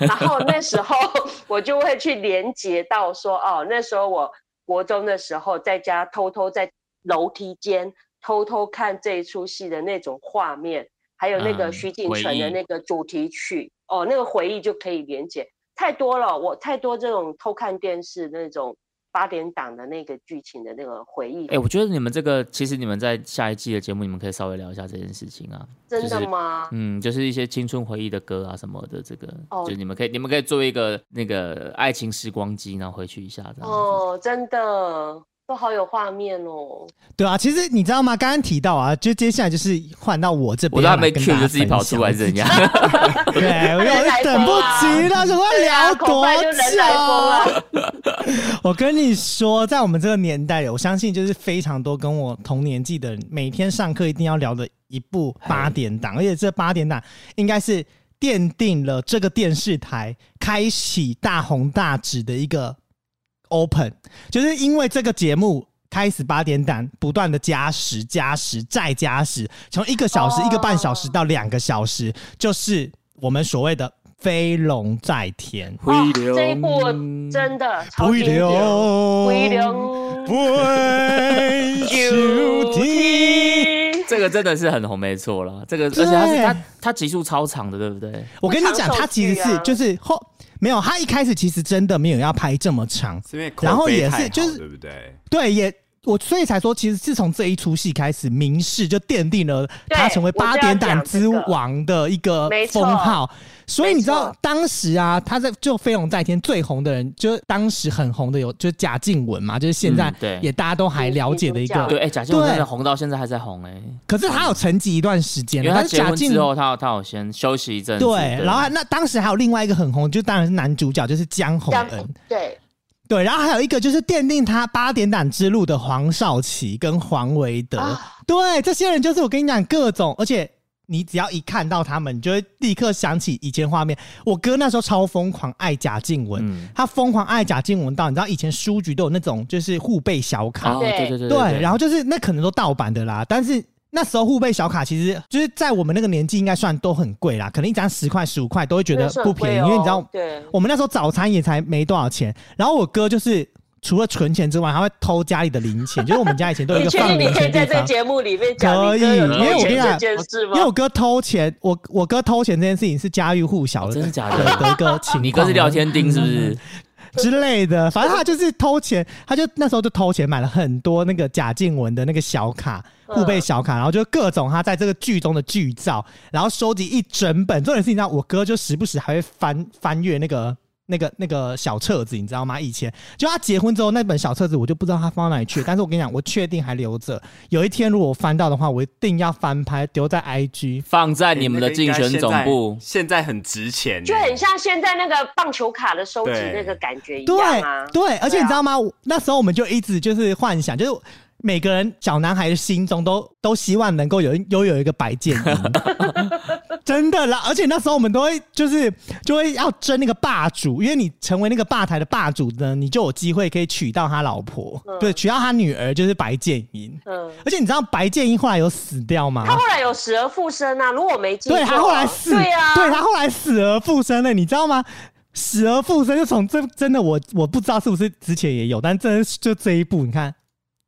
E: 然后那时候我就会去连接到说，哦，那时候我国中的时候在家偷偷在楼梯间偷偷看这一出戏的那种画面，还有那个
C: 嗯
E: 徐锦
C: 回
E: 纯的
C: 忆
E: 那个主题曲，哦，那个回忆就可以连接太多了，我太多这种偷看电视那种八点档的那个剧情的那个回忆，
C: 哎，我觉得你们这个，其实你们在下一季的节目，你们可以稍微聊一下这件事情啊。
E: 真的
C: 就是
E: 吗？
C: 嗯，就是一些青春回忆的歌啊什么的，这个、
E: 哦
C: 就你们可以你们可以做一个那个爱情时光机，然后回去一下这样子。
E: 哦，真的都好有画面哦。
D: 对啊，其实你知道吗？刚刚提到啊，就接下来就是换到我这边，
C: 我都还没
D: Q
C: Q 就自己跑出来是怎样？
D: *laughs*
C: *laughs*
D: 对，我又等不
E: 啊
D: 及了，怎么
E: 对
D: 聊
E: 啊，
D: 多
E: 恐怕就人来啊疯
D: 久？
E: 了。
D: *laughs* 我跟你说，在我们这个年代，我相信就是非常多跟我同年纪的人，每天上课一定要聊的一部八点档，而且这八点档应该是奠定了这个电视台开启大红大紫的一个 open，就是因为这个节目。开始八点档，不断的加时、加时再加时，从一个小时、
E: 哦
D: 一个半小时到两个小时，就是我们所谓的飞龙在天，
E: 哦这一
D: *laughs*
E: 部
D: 嗯
E: 真的超经典，回流
D: 为
E: 秋天。
C: 这个真的是很红，没错啦。这个而且它是
D: 对
C: 它它集数超长的，对不对？
D: 我跟你讲，
E: 长手
D: 他其实
E: 剧
D: 是
E: 啊
D: 就是后没有，他一开始其实真的没有要拍这么长，
F: 是因为口碑
D: 然后也
F: 太
D: 是
F: 好
D: 就是
F: 对不对？
D: 对，也我所以才说，其实是从这一出戏开始，明视就奠定了他成为
E: 对我
D: 八
E: 就要
D: 点档
E: 讲这
D: 之
E: 个
D: 王的一个
E: 没错
D: 封号。所以你知
E: 没
D: 道
E: 错
D: 当时啊，他在就《飞龙在天》最红的人，就是当时很红的有就是贾静雯嘛，就是现在
C: 嗯对
D: 也大家都还了解的一
E: 女主角
D: 个。
C: 对，哎、贾静雯
D: 啊对
C: 真的红到现在还在红哎、
D: 可是他有沉寂一段时间
C: 因为
D: 了，
C: 她
D: 但是
C: 结
D: 贾
C: 婚
D: 静
C: 之后，她她有先休息一阵子，啊
D: 对，然后那当时还有另外一个很红，就当然是男主角，就是江宏
E: 江
D: 恩。
E: 对，
D: 对，然后还有一个就是奠定他八点档之路的黄少祺跟黄维德，
E: 啊
D: 对，这些人就是我跟你讲各种，而且你只要一看到他们，你就会立刻想起以前画面。我哥那时候超疯狂爱贾静雯，
C: 嗯
D: 他疯狂爱贾静雯到你知道以前书局都有那种就是互背小卡，
C: 哦，对对对对
D: 对，然
C: 后
D: 后就是那可能都盗版的啦，但是那时候互备小卡其实就是在我们那个年纪应该算都很贵啦，可能一张十块十五块都会觉得
E: 那是很
D: 不便宜，
E: 贵哦
D: 因为你知道
E: 对
D: 我们那时候早餐也才没多少钱，然后我哥就是。除了存钱之外，他会偷家里的零钱，就是我们家以前都有一
E: *laughs* 你
D: 个
E: 确定
D: 放
E: 你
D: 零
E: 可以
D: 钱的
E: 在
D: 地
E: 这个
D: 方。
E: 节目里面讲
D: 可
E: 你
D: 以，
E: 哥有
D: 因为
E: 偷
D: 我跟你
E: 钱这
D: 讲，
E: 件事
D: 因
E: 吗
D: 为？我哥偷钱，我我哥偷钱这件事情是家喻户
E: 哦
D: 晓的，
C: 真的假
D: 的
C: 的？
D: 一个情况。啊
C: 你哥是聊天
D: 嗯
C: 钉是不是？
D: 之类的，反正他就是偷钱，他就那时候就偷钱买了很多那个贾静雯的那个小卡，
E: 嗯
D: 互背小卡，然后就各种他在这个剧中的剧照，然后收集一整本。重点是，你知道我哥就时不时还会翻翻阅那个。那个那个小册子，你知道吗？以前就他结婚之后那本小册子，我就不知道他放到哪里去了。但是我跟你讲，我确定还留着。有一天如果我翻到的话，我一定要翻拍丢在 IG。
C: 放在你们的
F: 哎那个
C: 竞
F: 应该
C: 选总部
F: 现在，现在很值钱，
E: 就很。像现在那个棒球卡的收集
F: 对
E: 那个感觉一
D: 对
E: 样啊。
D: 对，而且你知
E: 对啊
D: 道吗？我那时候我们就一直就是幻想，就是每个人小男孩的心中都都希望能够有拥有一个白建
E: *laughs*
D: 英，真的啦。而且那时候我们都会就是就会要争那个霸主，因为你成为那个霸台的霸主呢，你就有机会可以娶到他老婆，
E: 嗯
D: 对，娶到他女儿就是白建英。
E: 嗯，
D: 而且你知道白建英后来有死掉吗？
E: 他后来有死而复生啊，如果我没记错，
D: 对他后来死，
E: 对啊，
D: 对他后来死而复生了，你知道吗？死而复生就从这真的我我不知道是不是之前也有，但真的是就这一部，你看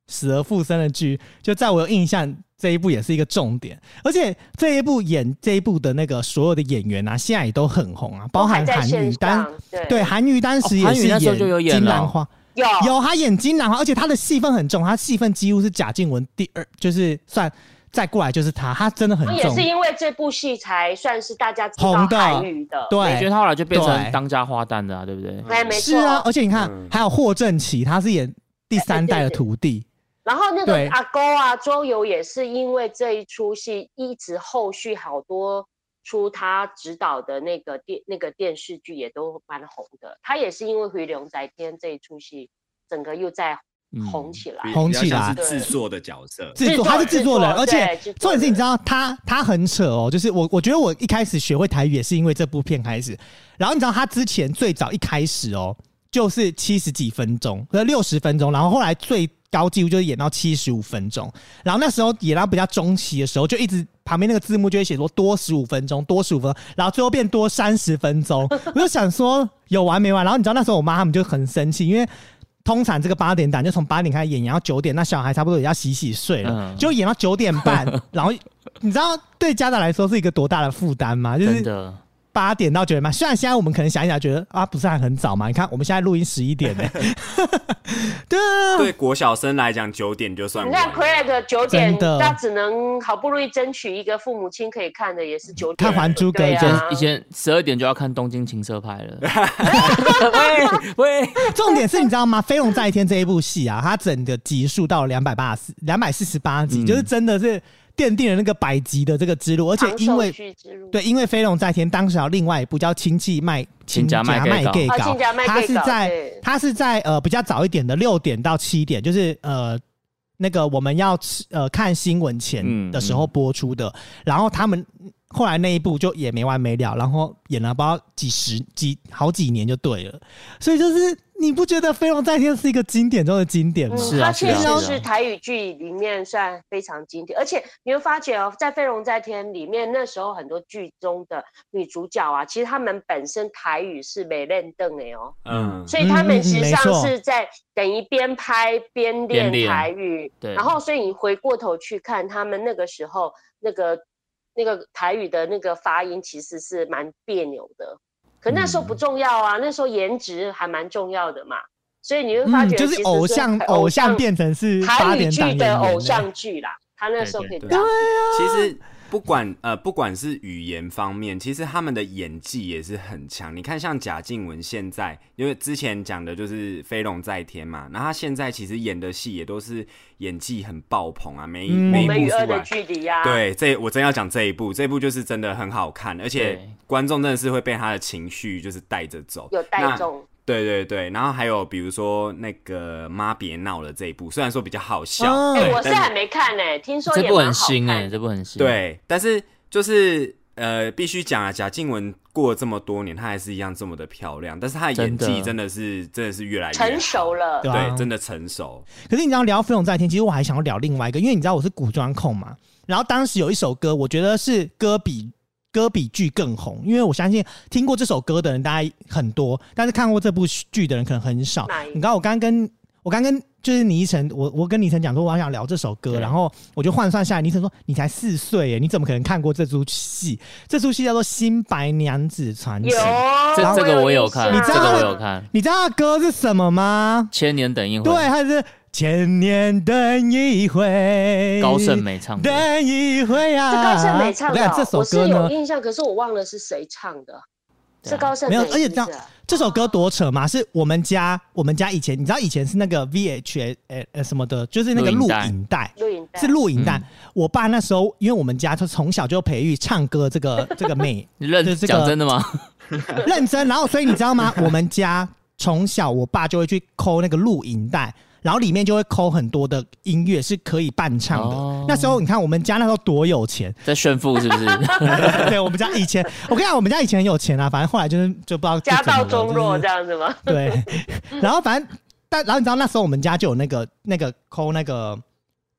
D: 死而复生的剧，就在我有印象这一部也是一个重点，而且这一部演这一部的那个所有的演员啊，现在也都很红啊，包含
E: 还在
D: 韩
E: 线
D: 语丹
E: 上，对
D: 对韩语当时
C: 哦
D: 也
C: 韩
D: 是
C: 娱那时候就有演
D: 金
C: 了哦
D: 兰花，
E: 有
D: 有他演金兰花，而且他的戏份很重，他戏份几乎是贾静雯第二，就是算再过来就是他，他真的很
E: 也
D: 重
E: 是。因为这部戏才算是大家知道
D: 红的
E: 韩语的，
D: 对，
C: 因为他后来就变
D: 对
C: 成当家花旦的啊，对不对？
E: 哎，没
D: 是
E: 错。
D: 啊，而且你看，
F: 嗯
D: 还有霍正奇，他是演第三代的徒弟，
E: 然后那
D: 对
E: 个阿勾啊，周游也是因为这一出戏，一直后续好多出他执导的那个电那个电视剧也都蛮红的。他也是因为《回龙在天》这一出戏，整个又再
C: 嗯
E: 红起来。
D: 红起来
F: 哎比较像是制作的角色，
D: 制
E: 制
D: 作
E: 作
D: 他是制作人，
E: 制作
D: 而且
E: 对制
D: 重
E: 作人
D: 点是，你知道他他很扯哦，就是我我觉得我一开始学会台语也是因为这部片开始，然后你知道他之前最早一开始哦，就是七十几分钟和六十分钟，然后后来最高纪录就是演到七十五分钟，然后那时候演到比较中期的时候，就一直旁边那个字幕就会写说多十五分钟，多十五分钟，然后最后变多三十分
C: *laughs*
D: 钟，我就想说有完没完。然后你知道那时候我妈他们就很生气，因为通常这个八点档就从八点开始演，演到九点，那小孩差不多也要洗洗睡了，
C: 嗯
D: 就演到九点
C: *laughs*
D: 半，然后你知道对家长来说是一个多大的负担吗？就
C: 真
D: 是
C: 的，
D: 八点到九点半，虽然现在我们可能想一想觉得啊不是还很早嘛，你看我们现在录音十一点呢、对啊
F: 对国小生来讲，九点就算
E: 你
F: 晚
E: 看
F: 了。
E: Craig 九点
D: 真，的
E: 他只能好不容易争取一个父母亲可以看的，也是九
D: 看
E: 点。
D: 《还珠格格
E: 对》
C: 以前
E: 啊
C: 以前十二点就要看《东京情色派》
D: *laughs*
C: 了。喂喂，
D: 重点是你知道吗？《飞龙在天》这一部戏啊，它整个集数到了两百八十四、两百四十八集，就是真的是奠定了那个百集的这个之路，而且
E: 长
D: 因
E: 寿
D: 为
E: 剧之路，
D: 对，因为《飞龙在天》当时还有另外一部叫《亲戚卖
C: 亲家卖
D: 卖
C: 给
E: 搞哦亲家卖
D: 它
E: 给
D: 是
E: 搞
D: 在
E: 对
D: 它是在呃比较早一点的六点到七点，就是呃那个我们要吃呃看新闻前
C: 嗯
D: 的时候播出的，然后他们。后来那一部就也没完没了，然后演了不知道几十几好几年就对了，所以就是你不觉得《飞龙在天》是一个经典中的经典吗？
C: 是啊
E: 嗯它
C: 是
E: 确
C: 啊
E: 实
C: 是啊
E: 是台语剧里面算非常经典，而且你会发觉哦，在《飞龙在天》里面，那时候很多剧中的女主角啊，其实她们本身台语是没练邓的哦，
F: 嗯，
E: 所以她
D: 嗯嗯
E: 们
D: 嗯
E: 实际
D: 没
E: 上
D: 错
E: 是在等于边拍边
C: 边
E: 练
C: 练
E: 台语，
C: 对
E: 然后所以你回过头去看他们那个时候那个那个台语的那个发音，其实是蛮别扭的。可那时候不重要啊，那时候颜值还蛮重要的嘛，所以你会发
D: 嗯，
E: 觉
D: 就是
E: 其实
D: 偶像
E: 很
D: 偶像变成是八
E: 台语
D: 点档
E: 剧
D: 演
E: 的
D: 员
E: 偶
D: 呢
E: 像剧啦，他那时候可以
C: 对
E: 当
F: 其实不管呃，不管是语言方面，其实他们的演技也是很强。你看，像贾静雯现在，因为之前讲的就是《飞龙在天》嘛，那她现在其实演的戏也都是演技很爆棚啊，每一、
D: 嗯
F: 每
E: 我
F: 一部
E: 们与
F: 出
E: 恶
F: 来。
E: 的距离啊呀，，
F: 对，这我真要讲这一部，这一部就是真的很好看，而且
C: 对
F: 观众真的是会被他的情绪就是带着走，
E: 有带
F: 那
E: 动。
F: 对对对，然后还有比如说那个《妈别闹了》这一部，虽然说比较好笑，
D: 哦
E: 哎，我是
F: 但
E: 还没看呢，听说
C: 这
E: 也
C: 部
E: 蛮
C: 很
E: 好
C: 新哎、
E: 看的
C: 这部很新。，
F: 对，但是就是呃，必须讲啊，贾静雯过了这么多年，她还是一样这么的漂亮，但是她的演
C: 真
F: 技
C: 的
F: 真的是真的是越来越
E: 成熟
F: 了，
E: 了
D: 对。啊
F: 对，真的成熟，
D: 可是你知道聊《飞龙在天》，其实我还想要聊另外一个，因为你知道我是古装控嘛。然后当时有一首歌，我觉得是歌比歌比剧更红，因为我相信听过这首歌的人大概很多，但是看过这部剧的人可能很少
E: 哪一。
D: 你知道我刚跟我刚跟就是倪晨，我我跟倪晨讲说我想聊这首歌，
C: 对
D: 然后我就换算下来，倪晨说你才四岁耶，你怎么可能看过这出戏？这出戏叫做《新白娘子传奇
E: 有》，
C: 这这个我有
E: 印
C: 看，
E: 象
D: 你知
C: 这
D: 道
C: 个
D: 吗
C: 我有看，
D: 你知道它的歌是什么吗？
C: 《千年等一回》
D: 对，他是千年等一回，
C: 高胜美唱的，
D: 等一回啊，
E: 是高胜美唱
D: 我
E: 的
D: 跟你
E: 哦
D: 讲，这，首
E: 我是
D: 歌
E: 有
D: 呢，
E: 印象，可是我忘了是谁唱的。
C: 对啊
E: 是高胜
D: 没
E: 美
D: 有
E: 是，不
D: 而且
E: 是，
D: 你知道这首歌多扯吗？是我们家我们家以前，你知道以前是那个 VH 呃呃什么的，就是那个
C: 录
D: 录
C: 影带
D: 影带。嗯
E: 录影带
D: 是录影带，我爸那时候，因为我们家他从小就培育唱歌这个这个 *laughs* 美，
C: 你认
D: 就是这个
C: 讲真的吗？ *laughs*
D: 认真。然后，所以你知道吗？ *laughs* 我们家从小，我爸就会去抠那个录影带，然后里面就会抠很多的音乐是可以伴唱的。
C: 哦
D: 那时候你看，我们家那时候多有钱，
C: 在炫富是不
D: *laughs*
C: 是？
D: 对我们家以前，我跟你讲，我们家以前很有钱啊，反正后来就是就不知道
E: 家道中落这
D: 的。
E: 样子吗？
D: 对， *laughs* 然后反正但然后你知道那时候我们家就有那个那个抠那个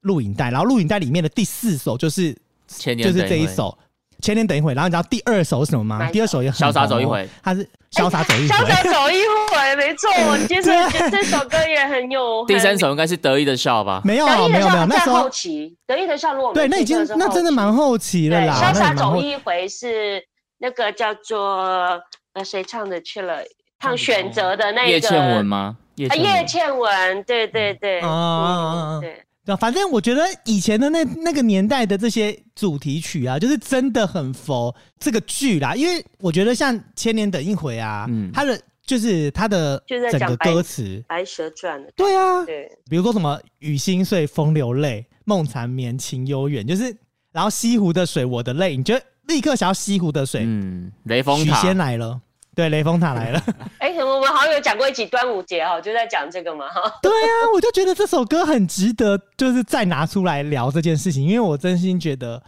D: 录影带，然后录影带里面的第四首就是
C: 千年
D: 就
C: 等
D: 是这一
C: 回，
D: 首。前天等一会，然后你知道第二首是什么
E: 哪
D: 吗？
E: 一首
D: 第二首也很
C: 潇洒走一
D: 红哦
C: 回，
D: 它是潇洒走一回，
E: 哎潇洒走一回，没错，我接受
D: 哎对
E: 这首歌也很有。
C: *laughs* 第三首应该是得意的笑吧？
D: *laughs* 没有
E: 很，德意
D: 哦没
E: 的
D: 有，没有，
E: 笑
D: 那
E: 在
D: 时
E: 后
D: 候
E: 期，德意的笑如果我没
D: 对，那已
E: 记错
D: 经
E: 是
D: 那
E: 后
D: 真的
E: 期
D: 蛮后期
E: 对，
D: 了啦，
E: 潇
D: 那也
E: 洒
D: 蛮后
E: 走一回是那个叫做呃谁唱的去了？唱选择的那
C: 叶
E: 一个
C: 倩文？吗？叶
E: 啊，
C: 倩
E: 叶
C: 文，
E: 倩文，对对
C: 嗯
E: 对，
D: 啊啊啊啊
E: 嗯对。
D: 对，反正我觉得以前的那那个年代的这些主题曲啊，就是真的很佛这个剧啦，因为我觉得像《千年等一回》啊，
C: 嗯
D: 它的就是它的
E: 就在
D: 整
E: 讲
D: 个
E: 白
D: 歌词
E: 《白蛇传》的，
D: 对啊，
E: 对，
D: 比如说什么“雨心碎，风流泪，梦缠绵，情悠远”，就是然后西湖的水，我的泪，你觉得立刻想要西湖的水，
C: 嗯，雷峰
D: 许
C: 塔，
D: 仙来了，对，雷峰塔来了。
E: 哎，我们好像有讲过一集端午节哈，就在讲这个嘛哈。
D: 对啊，我就觉得这首歌很值得，就是再拿出来聊这件事情，因为我真心觉得，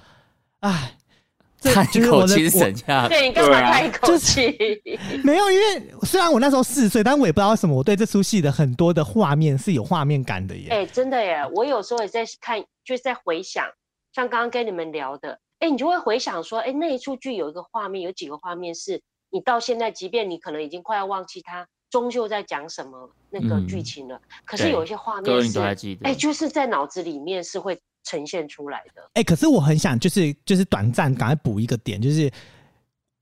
D: 哎，这
C: 叹
D: 就是我
C: 口
D: 的
C: 气
D: 我
C: 省下，
E: 对你干嘛叹一口气？
D: 没有，因为虽然我那时候四岁，但我也不知道为什么，我对这出戏的很多的画面是有画面感的耶。
E: *laughs* 哎，真的耶，我有时候也在看，就是在回想，像刚刚跟你们聊的，哎，你就会回想说，哎，那一出剧有一个画面，有几个画面是你到现在，即便你可能已经快要忘记它终究在讲什么那个
C: 嗯
E: 剧情了，可是
C: 对
E: 有一些画
C: 歌
E: 面
C: 你
E: 是
C: 都，还记得
E: 哎，？就是在脑子里面是会呈现出来的。
D: 哎、可是我很想就是就是短暂赶快补一个点，就是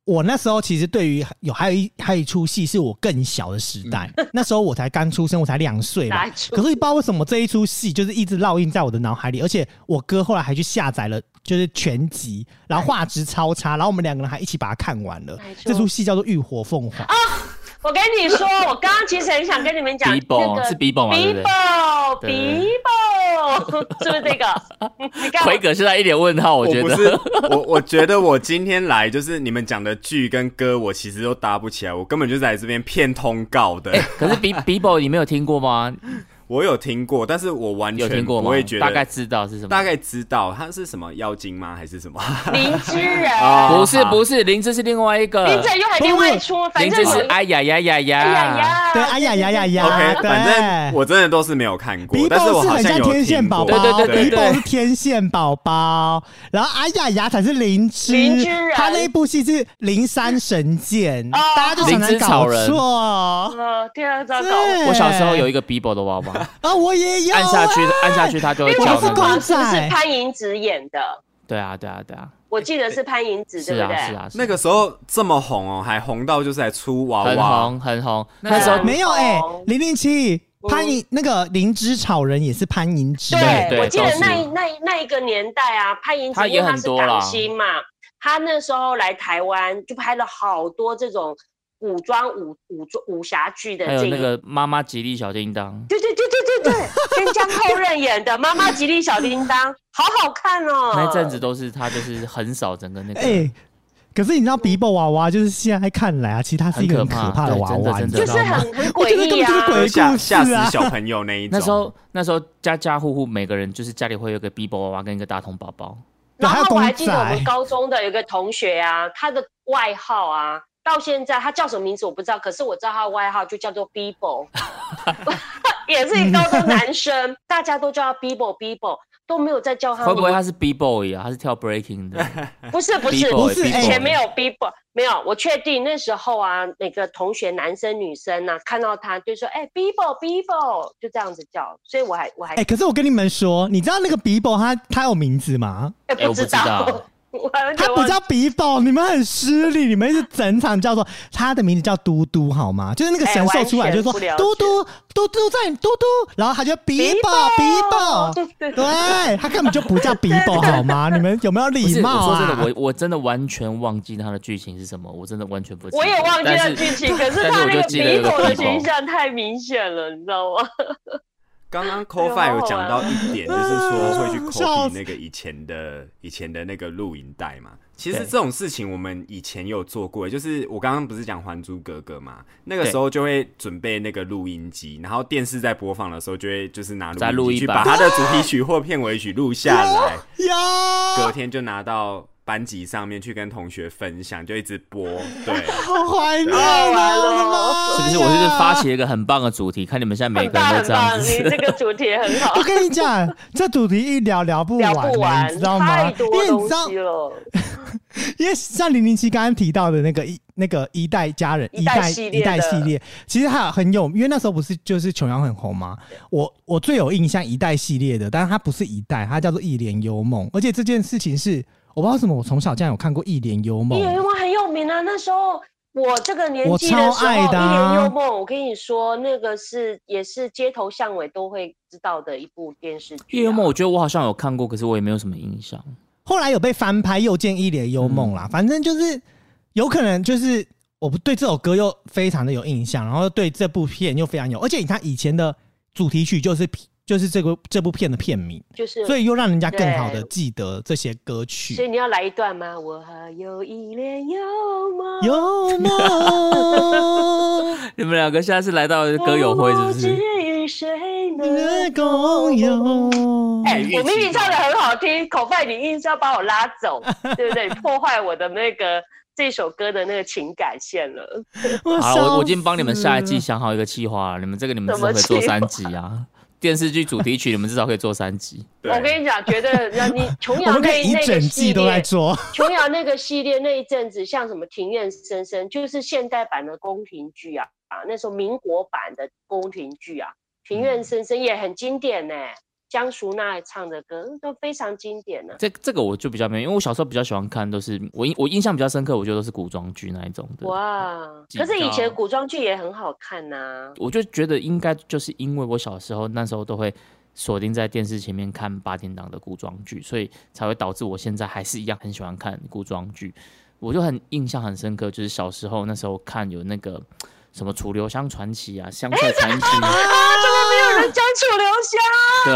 D: 我那时候其实对于有还有一还有一出戏是我更小的时代，那时候我才刚出生，我才两岁吧
E: 哪一。出
D: 可是不知道为什么这一出戏就是一直烙印在我的脑海里，而且我哥后来还去下载了就是全集，然后画质超差，然后我们两个人还一起把它看完了
E: 哪一出。
D: 这出戏叫做《浴火凤凰》
C: 啊
E: 我跟你说，我刚刚其实很想跟你
C: *laughs*
E: 们讲
C: Bibo，
E: 那个
C: 是 Bibo 吗对不对
E: Bibo
C: 对对对
E: Bibo，是 *laughs* 不是这
C: *laughs*
E: 个？你看
C: 奎哥现在一脸问号，我
F: 我
C: 觉
F: 不
C: 得。 *laughs*
F: 是我，我觉得我今天来就是你们讲的剧跟歌，我其实
C: 哎
F: 都搭不起来，我根本就是来这边骗通告的。
C: 可是 B Bibo 你没有听过吗？
F: 我有听过，但是我完
C: 有
F: 全
C: 听过
F: 不
C: 吗
F: 会觉？得
C: 大概知道是什么？
F: 大概知道它是什么妖精吗？还
C: *laughs*
F: 是什么？
E: 灵芝人，
F: 哦
C: 不是不是，灵芝是另外一个，
E: 林志又还另外出，反
C: 灵
E: 正
C: 芝是
E: 我
C: 哎呀呀呀
E: 哎呀
C: 呀，
E: 呀，
D: 对，哎呀呀呀呀
F: OK，
D: 对
F: 反正我真的都是没有看过
D: 鼻，
F: 但是
D: 窦
F: 我
D: 是
F: 好
D: 很
F: 有
D: 天线
F: 听
D: 宝
F: 过。
C: 对
D: 宝，
C: 对对
D: 鼻
C: 对
D: 窦是天线宝宝，然后哎呀呀才是灵
E: 灵
D: 芝
E: 芝人，
D: 他那一部戏是灵山神剑，
E: 哦
D: 大家就常常
C: 灵芝草
D: 搞
C: 人
D: 错。
E: 呃，天啊，糟糕，
D: 对
C: 我小时候有一个 Bibo 的娃娃，
D: 啊，我也有
C: 按下去
D: 欸
C: 按下去它就会
E: 因为
C: 叫
E: 哎我
D: 是
E: 们
C: 那
D: 公
C: 个。
E: 好
D: 仔
E: 像是潘迎紫演的，
C: 对啊对啊对啊，
E: 我记得是潘迎紫，对
C: 是
E: 不
C: 啊是
E: 对？
C: 啊，是啊
F: 那个时候这么红哦，还红到就是还出娃
C: 很
F: 娃，
C: 红很红，
E: 对
C: 那时候
E: 啊
D: 没有哎
E: 哦，
D: 零零七
C: 嗯
D: 潘银那个灵芝草人也是潘银芝的，
C: 对
E: 我记
C: 都
E: 得
C: 是
E: 那一那一那一个年代啊，潘迎
C: 他
E: 紫
C: 也
E: 因为他
C: 很
E: 是
C: 多啦
E: 港星嘛，他那时候来台湾就拍了好多这种古装武武装武侠剧的
C: 还有
E: 电
C: 那
E: 影。
C: 个妈妈吉利小叮当，
E: 对对对对对对，跟江后任演的《妈妈吉利小叮当》，好好看哦。
C: 那一阵子都是他就是很少整个那个
D: 哎。可是你知道比伯娃娃就是现在看来啊，其实它是一个很
C: 很可怕
D: 可怕的
C: 对
D: 娃
C: 真的
D: 娃，
C: 真
D: 你
C: 的
E: 就
D: 知
E: 是
D: 道吗？
E: 很很
D: 我觉
E: 诡
D: 得根
E: 异
D: 本就是
E: 啊。
D: 鬼
F: 就吓
D: 故事啊
F: 吓死小朋友那一种。
C: 那时候那时候家家户户每个人就是家里会有个 Bibo 娃娃跟一个大童宝宝，
D: 对
E: 然
D: 还有
E: 后我还
D: 公
E: 记得我们
D: 仔
E: 高中的有一个同学啊，他的外号啊，到现在他叫什么名字我不知道，可是我知道他的外号就叫做
D: *laughs*
E: Bibo，也是一个高中男生，大家都叫他 Bibo Bibo，都没有再叫他
C: 会不会
E: 名
C: 他是 Bibo 呀？他是跳 breaking
E: *laughs*
C: 的，
E: 字，不是不是
C: Bibo，
D: 不是
E: 以
C: Bibo
E: 前没有 Bibo，没有，我确定那时候啊，每个同学男生女生啊，看到他就说哎、Bibo Bibo，就这样子叫，所以我还我还
D: 哎，可是我跟你们说，你知道那个比伯他他有名字吗？
E: 哎
C: 哎我
E: 不
C: 不
E: 知
C: 知道
E: 道， *laughs* 我完
D: 他
E: 全
D: 不
E: 忘记
D: 叫比宝，你们很失礼，你们一直整场叫做他的名字叫嘟嘟好吗？就是那个神兽出来
C: 哦
D: 就说
E: 哎完全不了解
D: 嘟嘟嘟嘟在嘟嘟，然后他就比宝比宝，
E: *laughs* 对对对。
D: 对他根本就不叫比
C: *laughs*
D: 宝好吗？你们有没有
C: 不
D: 礼
C: 是，
D: 貌
C: 我说真
D: 啊
C: 的，？我我真的完全忘记它的剧情是什么，我真的完全不记得。
E: 我也忘记
C: 但
E: 了
C: 是
E: 剧情，可是
C: 但是
E: 他
C: 我
E: 那
C: 就
E: 个
C: 记得有
E: 鼻
C: 个
E: 孔
C: Bibo
E: 的形象太明显了，你知道吗？
F: 刚刚 c o f i 有讲到一点，就是说会去 copy 那个以前的以前的那个录影带嘛。其实
C: 对
F: 这种事情我们以前有做过，就是我刚刚不是讲《还珠格格》嘛，那个时候就会准备那个录音机，然后电视在播放的时候就会就是拿
C: 再
F: 录
C: 录
F: 音
C: 一
F: 机去
C: 把
F: 把它的主题曲或片尾曲录下来，隔
D: 呀，
F: 天就拿到班级上面去跟同学分享，就一直播。对，
D: 好怀念
E: 哦
D: 啊！
E: 完
D: 我的
E: 了
D: 妈呀
C: 是不是我就是发起了一个很棒的主题，看你们现在每
E: 很
C: 个
E: 棒
C: 人都
E: 啊很
C: 这样
E: 棒，你
C: 子 *laughs*
E: 这。个主题很好
D: 我，跟你讲，这主题一聊聊 *laughs* 不完、
E: 聊
D: 欸，
E: 不完
D: 你知道，吗？
E: 太
D: 因
E: 多
D: 为你知
E: 东
D: 道
E: 西，了。
D: 因为像零零七刚刚提到的那个一那个一代家人
E: 一代系列
D: 一代
E: 的
D: 系列，其实它很有，因为那时候不是就是琼瑶很红吗？我我最有印象一代系列的，但是它不是一代，它叫做《一帘幽梦》，而且这件事情是我不知道为什么，我从小竟然有看过《一帘幽梦
E: 一》帘幽梦很有名啊，那时候我这个年
D: 我
E: 纪的
D: 超
E: 时候，
D: 爱的
E: 一
D: 啊
E: 帘幽梦，我跟你说，那个是也是街头巷尾都会知道的一部电视剧、啊。
C: 夜幽梦，我觉得我好像有看过，可是我也没有什么印象。
D: 后来有被翻拍《又见一帘幽梦》啦，反正就是有可能就是我不对这首歌又非常的有印象，然后对这部片又非常有，而且你看以前的主题曲就是就是这个这部片的片名。
E: 就是
D: 所以又让人家更好的
E: 对
D: 记得这些歌
E: 所以
D: 曲。
E: 你要来一段吗？我还有一帘幽梦，
D: 有梦
C: 你们两个现在是来到歌友会是不
E: 我
C: 是？
E: 不知与谁
D: 能
E: 能
D: 共有。
E: 哎、
F: 乐
E: 我明
F: 器
E: 明
F: 吧
E: 唱的很好听，口饭你硬是要把我拉
D: *laughs*
E: 走，对不对？破坏我的那个这首歌的那个情感线了。 *laughs*
C: 好了，我我已经帮你们下一
D: 笑
C: 季想好一个计划了，你们这个你们至
E: 什
C: 少
E: 么
C: 可以做
E: 计划
C: 三集啊。 *laughs* 电视剧主题
E: *laughs*
C: 曲你们至少可以做三集。
F: 对
E: 我跟你讲，觉得那你琼
D: *laughs* 死了，我
E: 瑶
D: 们可
E: 那
D: 以一
E: 那
D: 整
E: 个
D: 季
E: 系
D: 都在
E: 列，
D: 做。
E: 琼瑶那个系列那一阵子，像什么《庭院深深》，就是现代版的宫廷剧啊啊，那时候民国版的宫廷剧啊，《庭院深深》也很经典呢、江淑娜唱的歌都非常经典呢、
C: 这这个我就比较没有，因为我小时候比较喜欢看都是我印我印象比较深刻，我觉得都是古装剧那一种的。
E: 哇！
C: 比
E: 可是以前
C: 较
E: 古装剧也很好看呐、
C: 我就觉得应该就是因为我小时候那时候都会锁定在电视前面看八点档的古装剧，所以才会导致我现在还是一样很喜欢看古装剧。我就很印象很深刻，就是小时候那时候看有那个什么《楚留香传奇》啊，《香菜传奇》
E: *laughs* 啊，怎么没有能讲楚留 香，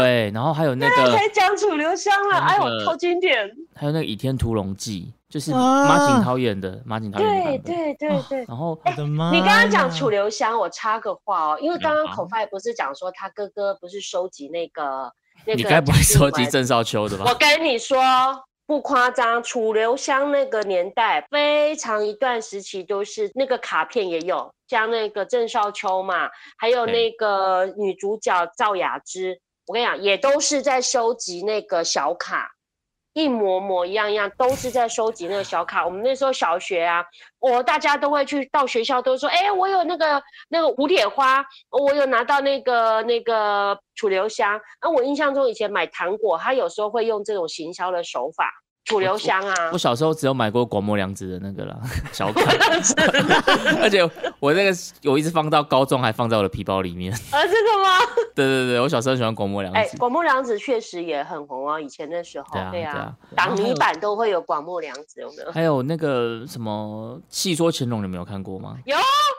C: *laughs* 对，然后还有那
E: 大家 *laughs*
C: 个
E: 可以讲楚留香
C: 那
E: 了。
C: 个
E: 哎呦，超经典！
C: 还有那个《倚天屠龙记》，就是
D: 啊
C: 马景涛演的，马景涛演的
E: 对哎
C: 版本。
E: 对对
D: 哦
E: 对。
C: 然后
D: 我的妈！
E: 你刚刚讲楚，留香，我插个话哦，因为刚刚
C: 好
E: 口派不是讲说他哥哥不是收集那个那个，
C: 你该不会收集？郑少秋的吧
E: 我？跟你说。不夸张，楚留香那个年代，非常一段时期都是那个卡片也有，像那个郑少秋嘛，还有
C: 对
E: 那个女主角赵雅芝，我跟你讲，也都是在收集那个小卡，一模模一样一样，都是在收集那个小卡。我们那时候小学啊，我大家都会去到学校，都说，哎、我有那个那个蝴蝶花，我有拿到那个那个楚留香。那、我印象中以前买糖果，他有时候会用这种行销的手法，楚留香啊
C: 我，小时候只有买过广末凉子的那
E: *laughs*
C: 个啦，小卡，而且我那个我一直放到高中，还放在我的皮包里面。 *laughs*
E: 呃，这个吗？
C: 对对对，我小时候喜欢广末凉
E: 哎、
C: 子。
E: 广木凉子确实也很红啊，以前的时候，
C: 对啊对啊
E: 挡泥板都会有广木凉子，有没 *laughs* 有？
C: 还有那个什么《戏说乾隆》，你们有看过吗？
E: 有，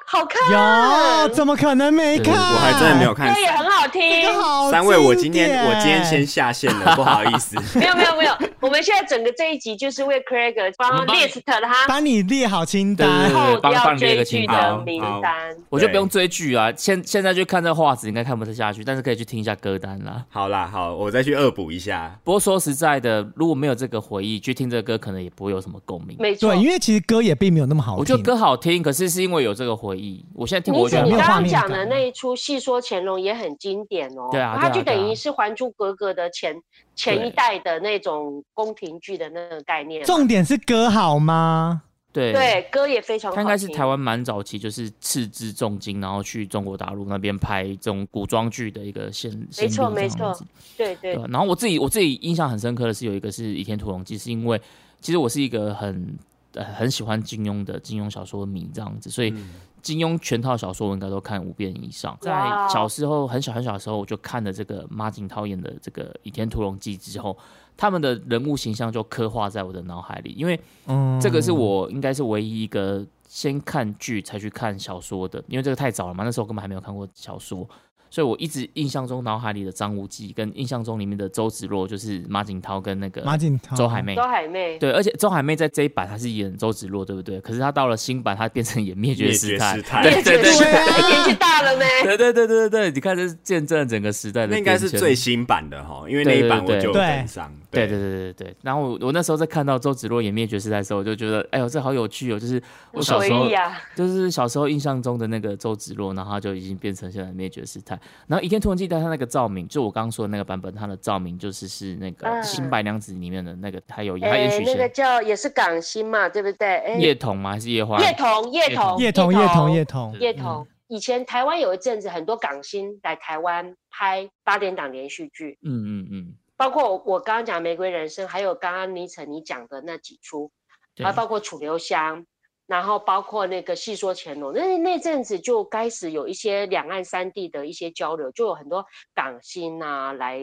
E: 好看，
D: 有怎么可能没
C: 对
D: 看？
F: 我还真的没有看
C: 哎
E: 歌。也很好听。
D: 这个啊好经典。
F: 三位，我今天我今天先下线了，不好意思。 *laughs*
E: 没有没有没有，我们现在整个这一集就是为 Craig
C: 我们
E: 帮
C: 帮
E: list 他
D: 把你列好清
C: 对对
D: 单
C: 对。
E: 扣
C: 帮
E: 掉
C: 帮你列个
E: 追
C: 清
E: 剧
C: 单
E: 的
F: 好
E: 名
F: 好
E: 单。
C: 我就不用追剧啊，现现在去看这个画质应该看不太下去，但是可以去听一下歌单啦。
F: 好啦，好，我再去恶补一下。
C: 不过说实在的，如果没有这个回忆，去听这个歌可能也不会有什么共鸣。
E: 没错
D: 对，，因为其实歌也并没有那么好听。
C: 我觉得歌好听，可是是因为有这个回忆，我现在听我
E: 你
C: 觉得
E: 想
D: 没
E: 你
D: 有
E: 刚
D: 画
E: 刚
D: 面
E: 讲
D: 感
E: 的那一出《戏说乾隆》也很经典哦，
C: 啊对啊对啊
E: 它就
C: 对啊
E: 等于是《还珠格格》的前前
C: 对
E: 一代的那种宫廷剧的那个概
C: 啊
E: 念。啊
D: 重点是歌好吗？
C: 对
E: 对，歌也非常好
C: 他
E: 听。
C: 应该是台湾蛮早期，就是斥资重金，然后去中国大陆那边拍这种古装剧的一个先，
E: 没错
C: 先例
E: 没
C: 这
E: 错
C: 样子
E: 对对
C: 对吧，然后我自己我自己印象很深刻的是有一个是《倚天屠龙记》，是因为其实我是一个很、呃、很喜欢金庸的金庸小说迷这样子，所以金庸全套小说我应该都看五遍以上。在
E: 哇哦
C: 小时候很小很小的时候，我就看了这个马景涛演的这个《倚天屠龙记》之后，他们的人物形象就刻画在我的脑海里，因为
D: 嗯，
C: 这个是我应该是唯一一个先看剧才去看小说的，因为这个太早了嘛，那时候根本还没有看过小说，所以我一直印象中脑海里的张无忌跟印象中里面的周芷若就是马景涛跟那个
D: 马景涛、
C: 周海媚
E: 周。海媚，
C: 对，而且周海媚在这一版她是演周芷若，对不对？可是她到了新版，她变成演灭绝
F: 灭
C: 师
F: 绝
C: 太
F: 师。太
C: 对对对 *laughs*
E: 对啊，年纪大了没？
C: 对对对对对，你看这是见证整个时代的
F: 那应该
C: 变
F: 是
C: 迁
F: 最新版的哈，因为那一版我就有
D: 对对对
F: 跟上。
C: 对对对对对，然后我我那时候在看到周芷若演灭绝师太的时候，我就觉得，哎呦，这好有趣哦！就是我小
E: 回
C: 时候
E: 忆，啊，
C: 就是小时候印象中的那个周芷若，然后他就已经变成现在的灭绝师太。然后《倚天屠龙记》但他那个照明，就我刚刚说的那个版本，他的照明就是是那个《
E: 嗯
C: 新白娘子》里面的那个，他有他也
E: 哎
C: 许，
E: 那个
C: 是
E: 叫也是港星嘛，对不对？哎，
C: 叶童吗？还是叶花？
E: 叶童，叶童，
D: 叶童、叶童、叶童，
E: 叶童。以前台湾有一阵子，很多港星来台湾拍八点档连续剧，
C: 嗯嗯嗯，
E: 包括我我刚刚讲《玫瑰人生》，还有刚刚倪晨你讲的那几出，
C: 对
E: 啊，包括楚留香，然后包括那个《戏说乾隆》，那那阵子就开始有一些两岸三地的一些交流，就有很多港星啊来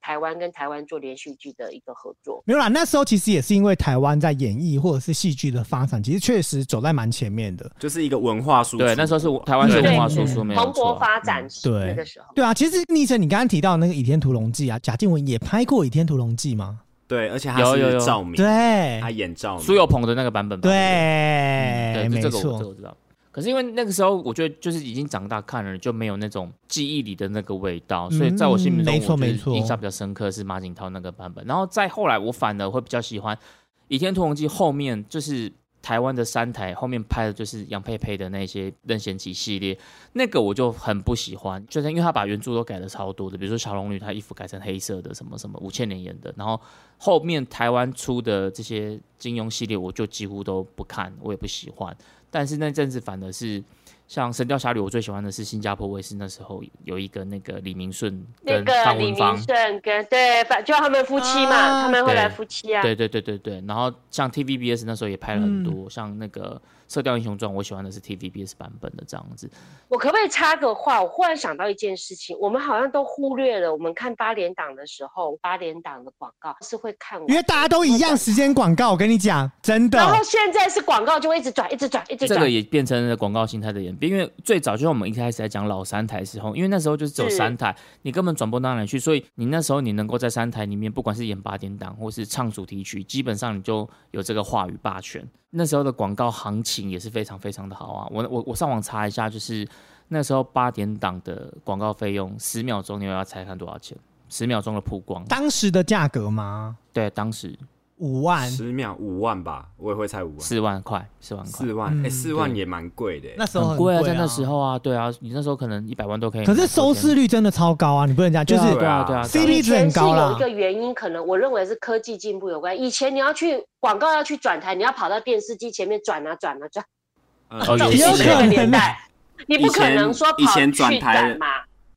E: 台湾跟台湾做连续剧的一个合作。
D: 没有啦，那时候其实也是因为台湾在演艺或者是戏剧的发展，其实确实走在蛮前面的。
F: 就是一个文化输出。
C: 对，那时候是台湾是文化输出，没有
E: 蓬
C: 错
E: 勃
C: 啊。
E: 发展是
D: 对
E: 那个时候。
D: 对啊，其实逆晨，你刚刚提到那个《倚天屠龙记》啊，贾静雯也拍过《倚天屠龙记》吗？
F: 对，而且他
C: 有有有哎
F: 是照明，
D: 对
F: 他，演照明。
C: 苏有朋的那个版本吧，
D: 对，
C: 对，
D: 没
C: 就这个我这个
D: 错，
C: 我知道。可是因为那个时候，我觉得就是已经长大看了，就没有那种记忆里的那个味道，所以在我心目中，
D: 嗯没
C: 我
D: 错
C: 觉得
D: 没错
C: 印象比较深刻是马景涛那个版本。然后再后来，我反而会比较喜欢《倚天屠龙记》后面就是台湾的三台后面拍的就是杨佩佩的那些任贤齐系列，那个我就很不喜欢，就是因为他把原著都改的超多的，比如说小龙女她衣服改成黑色的，什么什么吴倩莲演的，然后后面台湾出的这些金庸系列我就几乎都不看，我也不喜欢。但是那阵子反而是像《神雕侠侣》，我最喜欢的是新加坡卫视那时候有一个那个李明顺
E: 那
C: 跟
E: 个
C: 方
E: 李
C: 文芳
E: 明，顺跟对，反就他们夫妻嘛，
D: 啊
E: 他们后来
C: 对
E: 夫妻啊，
C: 对对对对对。然后像 TVBS 那时候也拍了很
E: 嗯
C: 多，像那个《射雕英雄传》，我喜欢的是 TVBS 版本的这样子。
E: 我可不可以插个话？我忽然想到一件事情，我们好像都忽略了，我们看八连档的时候，八连档的广告是会看完，
D: 因为大家都一样时间广告，我跟你讲，真的
E: 然。后现在是广告就会一直转，一直转，一直
C: 这个
E: 转。
C: 也变成了广告心态的演变，因为最早就像我们一开始在讲老三台时候，因为那时候就是只有
E: 是
C: 三台，你根本转播到哪里去，所以你那时候你能够在三台里面，不管是演八点档或是唱主题曲，基本上你就有这个话语霸权。那时候的广告行情也是非常非常的好啊，我我我上网查一下，就是那时候八点档的广告费用，十秒钟你要猜看多少钱？十秒钟的曝光，
D: 当时的价格吗？
C: 对，当时
D: 五万，
F: 十秒五万吧，我也会猜五万，
C: 四万块，四万块
F: 四。万，哎，
D: 嗯
F: 四万
C: 对
F: 也蛮贵的欸。
D: 那时候
C: 很贵
D: 贵
C: 啊，在那时。候啊，对啊，你那时候可能一百万都可以。
D: 可是收视
C: 率
D: 率真的超高啊！你不能讲，就
C: 对啊
D: 是
C: 对啊对啊，对啊
D: CP
E: 以
D: 值很
E: 前是
D: 高
E: 有
D: 啦
E: 一。个原因，可能我认为是科技进步有关。以前你要去广告要去转台，你要跑到电视机前面转啊转啊转，
F: 嗯
C: 哦也
E: 这种
C: 是
E: 那
C: 啊
E: 个年代，
F: *laughs*
E: 你不可能说
F: 以
E: 跑
F: 前
E: 去
F: 以前转台
E: 转嘛，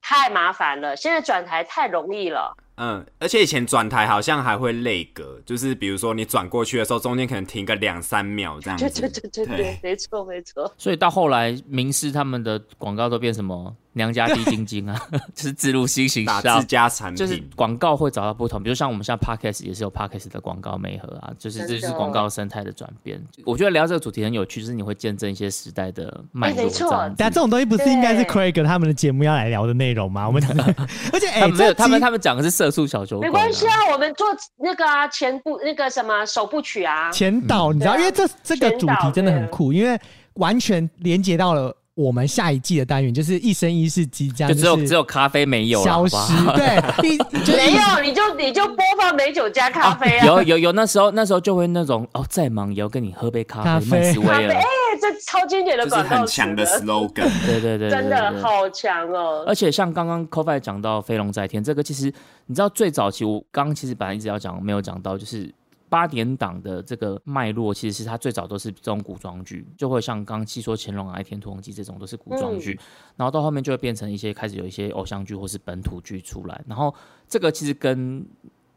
E: 太麻烦了。现在转台太容易了，
F: 嗯，而且以前转台好像还会累格，就是比如说你转过去的时候，中间可能停个两三秒这样子。
E: *laughs* 对对对对对，没错没错。
C: 所以到后来，明视他们的广告都变什么娘家低晶晶
E: *laughs*
C: 啊，就是自入新型
F: 打
C: 销
F: 自，家产
C: 就是
F: 品，
C: 广告会找到不同，比如像我们现在 podcast 也是有 podcast 的广告媒合啊，就是这
E: 真
C: 就
E: 的哦
C: 是广告生态的转变。我觉得聊这个主题很有趣，就是你会见证一些时代的脉
E: 哎
C: 络这
E: 没错
C: 样子
D: 但。这种东西不是应该是
E: 对
D: Craig 他们的节目要来聊的内容吗？我们， *laughs* 而且哎
C: 他，们没有，
D: 这
C: 他们
D: 集
C: 他们讲的是社畜小酒
E: 没
C: 馆啊，
E: 关系啊，我们做那个啊前部那个什么首部曲啊，
D: 前导，你知道，因为这这个主题真的很酷，因为完全连接到了我们下一季的单元，就是一生一世即将
C: 就只有
D: 是
C: 只有咖啡没有了，
D: 消
C: 好
D: 失
C: 不好，
D: 对，
C: *laughs*
D: 一就是嗯
E: 没有你就你就播放美酒加咖啡啊，
C: 有有有，那时候那时候就会那种哦，再忙也要跟你喝杯咖啡，
D: 咖啡
C: 麦斯威
E: 咖啡，
C: 尔
E: 哎，，这超经典的
F: 就是
E: 广告
F: 很
E: 词
F: 强
E: 了，
F: 的 slogan。
C: 对对对，对
E: 真
C: 对呃
E: 的
C: 对
E: 好强哦。
C: 而且像刚刚 c o f i 讲到《飞龙在天》这个，其实你知道最早期我刚刚其实本来一直要讲没有讲到，就是八点档的这个脉络，其实是它最早都是这种古装剧，就会像刚刚细说乾隆啊、天屠龙记这种都是古装剧，
E: 嗯
C: 然后到后面就会变成一些开始有一些偶像剧或是本土剧出来，然后这个其实跟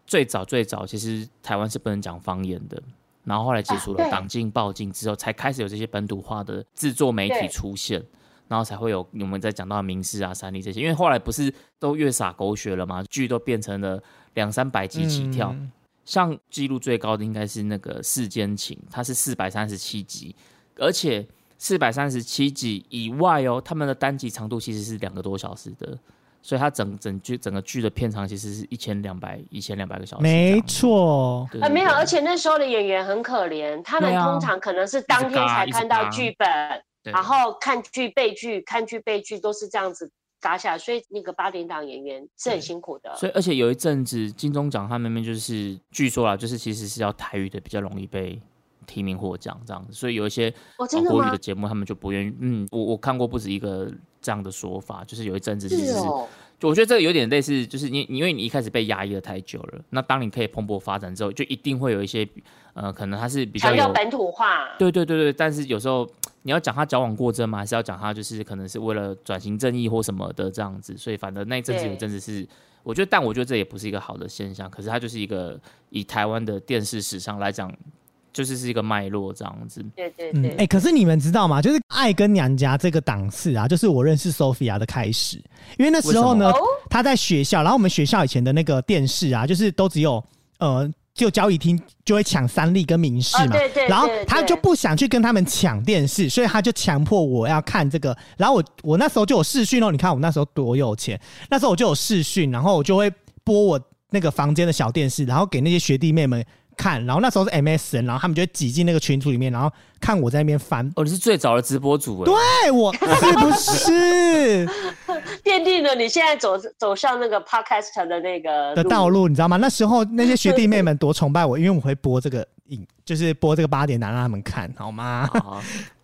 C: 最早最早其实台湾是不能讲方言的。然后后来解除
E: 啊
C: 了
E: 对
C: 党禁、报禁之后，才开始有这些本土化的制作媒体
E: 对
C: 出现。然后才会有我们在讲到的名师啊、三立这些，因为后来不是都越撒狗血了嘛，剧都变成了两三百集起跳。
D: 嗯
C: 像记录最高的应该是那个《世间情》，它是四百三十七集，而且四百三十七集以外哦，他们的单集长度其实是两个多小时的，所以它整整剧整个剧的片长其实是一千两百一千两百个小时这样子。
D: 没错，
C: 对，
E: 啊，没有，
C: 对
E: 而且那时候的演员很可怜，他们
C: 对啊
E: 通常可能是当天才看到剧本，
C: 对啊
E: 然后看剧背剧，看剧背剧都是这样子嘎下来，所以那个八点档演员是很辛苦的。
C: 所以，而且有一阵子金钟奖他们那边就是据说啦，就是其实是要台语的比较容易被提名获奖这样子，所以有一些
E: 哦，
C: 呃
E: 真的
C: 国语
E: 吗
C: 的？节目他们就不愿意。嗯，我我看过不止一个这样的说法，就是有一阵子其实
E: 是
C: 是，
E: 哦，
C: 就我觉得这个有点类似，就是你你因为你一开始被压抑了太久了，那当你可以蓬勃发展之后，就一定会有一些呃，可能他是比较
E: 强调
C: 有
E: 本土化。
C: 对对对对，但是有时候你要讲他矫枉过正吗？还是要讲他就是可能是为了转型正义或什么的这样子？所以反正那一阵子有一
E: 对
C: 阵子是，我觉得，但我觉得这也不是一个好的现象。可是它就是一个以台湾的电视史上来讲，就是是一个脉络这样子。
E: 对对
D: 嗯，
E: 对，
D: 哎、可是你们知道吗？就是《爱跟娘家》这个档次啊，就是我认识 Sophia 的开始，因为那时候呢
E: 为什么哦，
D: 她在学校，然后我们学校以前的那个电视啊，就是都只有呃。就交易厅就会抢三立跟民视嘛，
E: 哦对对
D: 然后
E: 对
D: 她
E: 对
D: 就不想去跟他们抢电视，所以她就强迫我要看这个。然后我我那时候就有视讯哦，你看我那时候多有钱，那时候我就有视讯，然后我就会播我那个房间的小电视，然后给那些学弟妹们看。然后那时候是 MSN，然后他们就会挤进那个群组里面，然后看我在那边翻。
C: 哦，你是最早的直播主哎、
D: 对我是不是
E: 奠定了你现在走走上那个 podcast 的那个
D: 的道。路？你知道吗？那时候那些学弟妹们多崇拜我，因为我会播这个影，就是播这个八点档让他们看，好吗？
C: 好，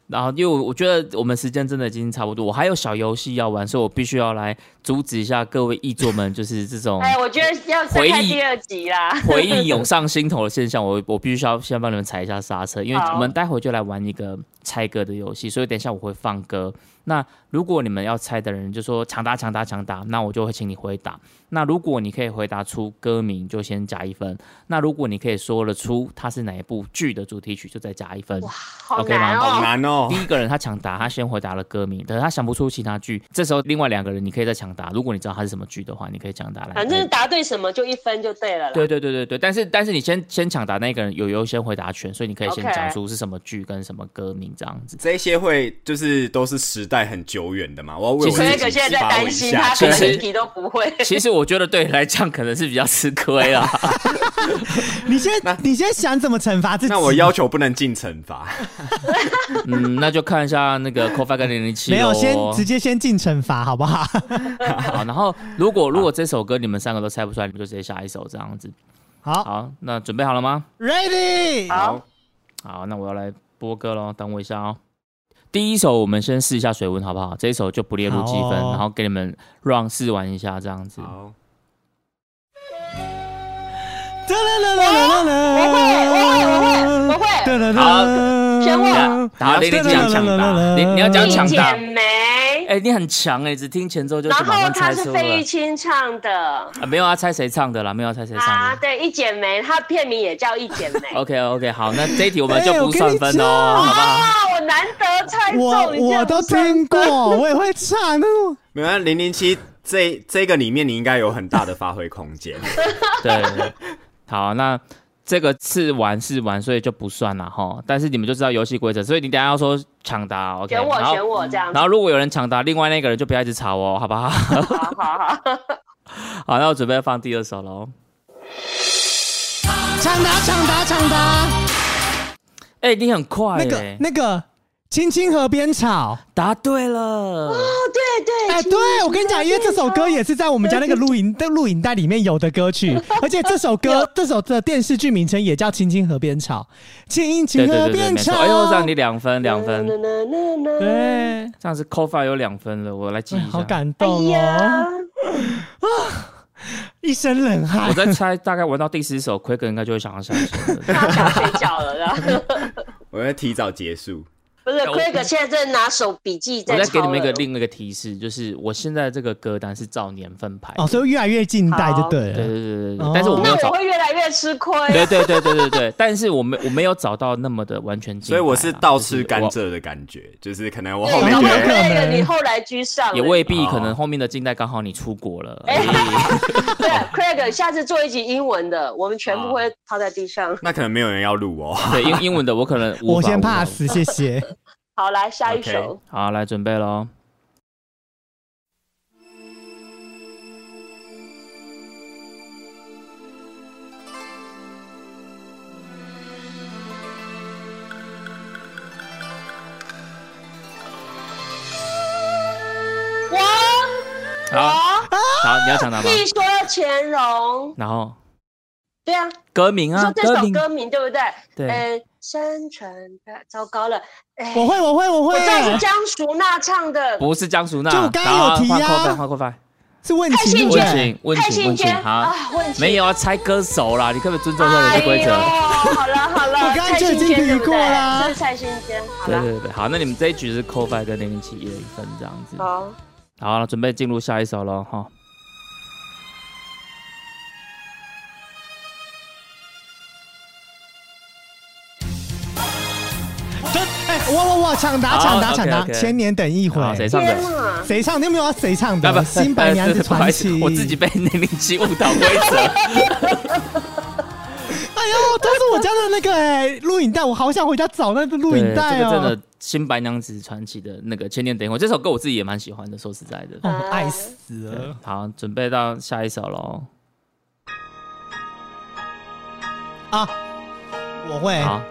C: 然后因为我我觉得我们时间真的已经差不多，我还有小游戏要玩，所以我必须要来阻止一下各位译作们，就是这种
E: 哎，我觉得要再
C: 回
E: 看
C: 忆
E: 第二集啦。
C: 回忆涌上心头的现象，我我必须要先帮你们踩一下刹车，因为
E: 好
C: 我们待会就来玩一个猜歌的游戏，所以等一下我会放歌。那如果你们要猜的人就说抢答抢答抢答，那我就会请你回答。那如果你可以回答出歌名，就先加一分；那如果你可以说得出它是哪一部剧的主题曲，就再加一分。
E: *laughs* 好
C: OK 吗
E: 难
F: 好
E: 哦，
F: 难哦，
C: 第一个人他抢答，他先回答了歌名，等他想不出其他剧，这时候另外两个人你可以再抢答。如果你知道它是什么剧的话，你可以抢答来。
E: 反正答对什么就一分就对了啦。
C: 对对对对对，但是但是你先先抢答那个人有优先回答权，所以你可以先
E: OK
C: 讲出是什么剧跟什么歌名这样子。
F: 这些会就是都是时代代很久远的嘛，我要为我
C: 其实
E: Craig
F: 自己
E: 现在在
F: 发挥
E: 担
F: 一
E: 心，
F: 下
E: 他
C: 其
E: 可
C: 实
E: 能一题都不会。
C: 其实我觉得对你来讲可能是比较吃亏啦。
D: *laughs* 你现在你现在想怎么惩罚自己？
F: *laughs* 那我要求不能进惩罚，
C: 嗯，那就看一下那个 CoFi 跟零零七
D: 没有先直接先进惩罚好不
C: *laughs*
D: 好？
C: 好，然后如
D: *laughs*
C: 果如果这首歌你们三个都猜不出来，你们就直接下一首这样子。
D: 好
C: 好，那准备好了吗？
D: ，ready，
E: 好，
C: 好，那我要来播歌喽，等我一下哦。第一首我们先试一下水温好不好？这一首就不列入积分，
D: 好哦
C: 然后给你们 round 试玩一下这样子。
F: 好，
D: 哒啦啦啦啦啦
E: 我会，我会，我会，我会。
D: 哒啦
C: 好
D: 啦，
E: 选我
C: 好，零零
F: 你
C: 七
F: 要
C: 讲
F: 抢
C: 抢，
F: 答，
C: 你你要讲抢
E: 一
C: 答
E: 剪梅，
C: 哎、你很强哎、只听前奏就
E: 然
C: 是马
E: 后
C: 上
E: 他
C: 猜出
E: 是
C: 了。
E: 费玉清唱的
C: 啊，没有啊，猜谁唱的啦，没有啊猜谁
E: 啊，
C: 唱的。
E: 对，一剪梅，他片名也叫一剪梅。
C: OK OK，好，那这一题我们就
D: 哎
C: 不算分哦，
D: 我跟
C: 好
D: 你讲
C: 不好？
E: 啊，我难得猜中，
D: 我
E: 你竟然
D: 我都
E: 不算
D: 听过，我也会唱，但是我
F: 没有啊零零七这这个里面你应该有很大的发挥空
E: *laughs*
F: 间，
C: 对，好，那这个是玩是玩，所以就不算了哈。但是你们就知道游戏规则，所以你等一下要说抢答，OK？
E: 选我
C: 然后
E: 选我这样子
C: 然，后如果有人抢答，另外那个人就不要一直吵哦，好不好？ *laughs*
E: 好好好，
C: 好，那我准备放第二首喽。
D: 抢答抢答抢答，
C: 哎、你很快、
D: 那
C: 欸，
D: 个那个。青青河边草，
C: 答对了，
E: 对对，
D: 哎，对我跟你讲，因为这首歌也是在我们家那个录影的录影带里面有的歌
E: *laughs*
D: 曲，而且这首歌这首的电视剧名称也叫《青青河边草》，青
C: 对对
D: 青河
C: 对对，
D: 边
C: 没错。
D: 草。
C: 哎呦，让你两分两
D: 嗯
C: 分，
E: 对，
D: 对，
C: 这样子扣法有两分了，我来记一
D: 哎
C: 下。
D: 好感
E: 哎
D: 动
E: 呀
D: 哦，，一身冷汗
C: 我。在猜，大概玩到第十首，奎哥应该就会想要相信了。
E: 他想睡觉
C: *laughs*
E: 了，然后
F: 我要提早结束。
E: 不是
C: 哎我
E: Craig 现在在拿手笔记
C: 我
E: 在
C: 再给你
E: 抄了。
C: 们一个另外一个提示，就是我现在这个歌单是照年份排的。
D: 哦，所以越来越近代就对
C: 对
D: 了。
C: 对对对
D: 哦
C: 对，但是我没
E: 那
C: 有
E: 我
C: 找，
E: 会越来越吃亏。啊
C: 对对对对对对，但是我没我没有找到那么的完全近代啊，
F: 所以我是倒吃甘
C: 就是
F: 蔗的感觉，就是可能我
E: 对
F: 后
E: *laughs* 搞
F: 面觉
E: 不好
F: 得
D: 有可
E: Craig
D: 能
E: 你后来居上
C: 我。
E: 了
C: 也未必，
F: 哦
C: 可能后面的近代刚好你出国了，
E: 哎
C: 所以
E: 对，Craig 下次做一集英文的，我们全
C: 啊
E: 部会抛在地上。
F: 那可能没有人要录
E: *laughs*
F: 哦。
C: 对英英文的我可能无
D: 我
C: 法
D: 先
C: 无法
D: pass，谢谢。
E: 好，来下一首。
C: 好，来准备喽。
E: 我
C: 好
E: 我
C: 好，你要抢答吗？
E: 戏说乾隆，
C: 然后
E: 对啊，
C: 歌名
E: 你
C: 啊
E: 说，这首
C: 名，
E: 歌名对不对？
C: 对
E: 呃，山川大，糟糕了，哎，
D: 我会，我会，我
E: 我
D: 会
E: 知。道是江淑娜唱的。
C: 啊不是江淑娜，
D: 就我刚刚有提啊
C: 然后换扣分，换扣分。
D: 是问题对
E: 太
D: 不
E: 信
C: 问
E: 件
D: 对？
C: 请问
E: 太
C: 请
E: 新
C: 问请
E: 鲜
C: 好
E: 啊，，问题
C: 没有啊，猜歌手啦，你可不可以尊重一下游戏规则？
E: 哎呦好了好了，
D: *laughs* 我刚刚就已经
E: 蔡幸娟
D: 比过啦
E: 对不对这是蔡心坚，好
C: 对
E: 了，
C: 对对，好，那你们这一局是扣分跟零零七一人一分这样子。
E: 好，
C: 好了，准备进入下一首了哈。
D: 对，哎，我我我抢答，
C: 好
D: 抢答，抢答，
C: OK，OK
D: 千年等一回。
C: 好，谁唱
E: 天
C: 的？
E: 啊，
D: 谁唱？你有没有要谁唱
C: 啊
D: 的？
C: 是
D: 新白娘子
C: 呃 *laughs* 是不好
D: 传
C: 意思
D: 奇。
C: 我自己。被零零七误导规则。
D: 哎呦，都是我家的那个哎录影带，我好想回家找那个 *laughs* 录
C: 对，
D: 影带
C: 这个真的
D: 哦
C: 《。新白娘子传奇》的那个《千年等一回》这首歌，我自己也蛮喜欢的。说实在的，
E: 嗯
D: 哦，爱死了。
C: 好，准备到下一首喽。
D: 啊！我会
C: 好，哎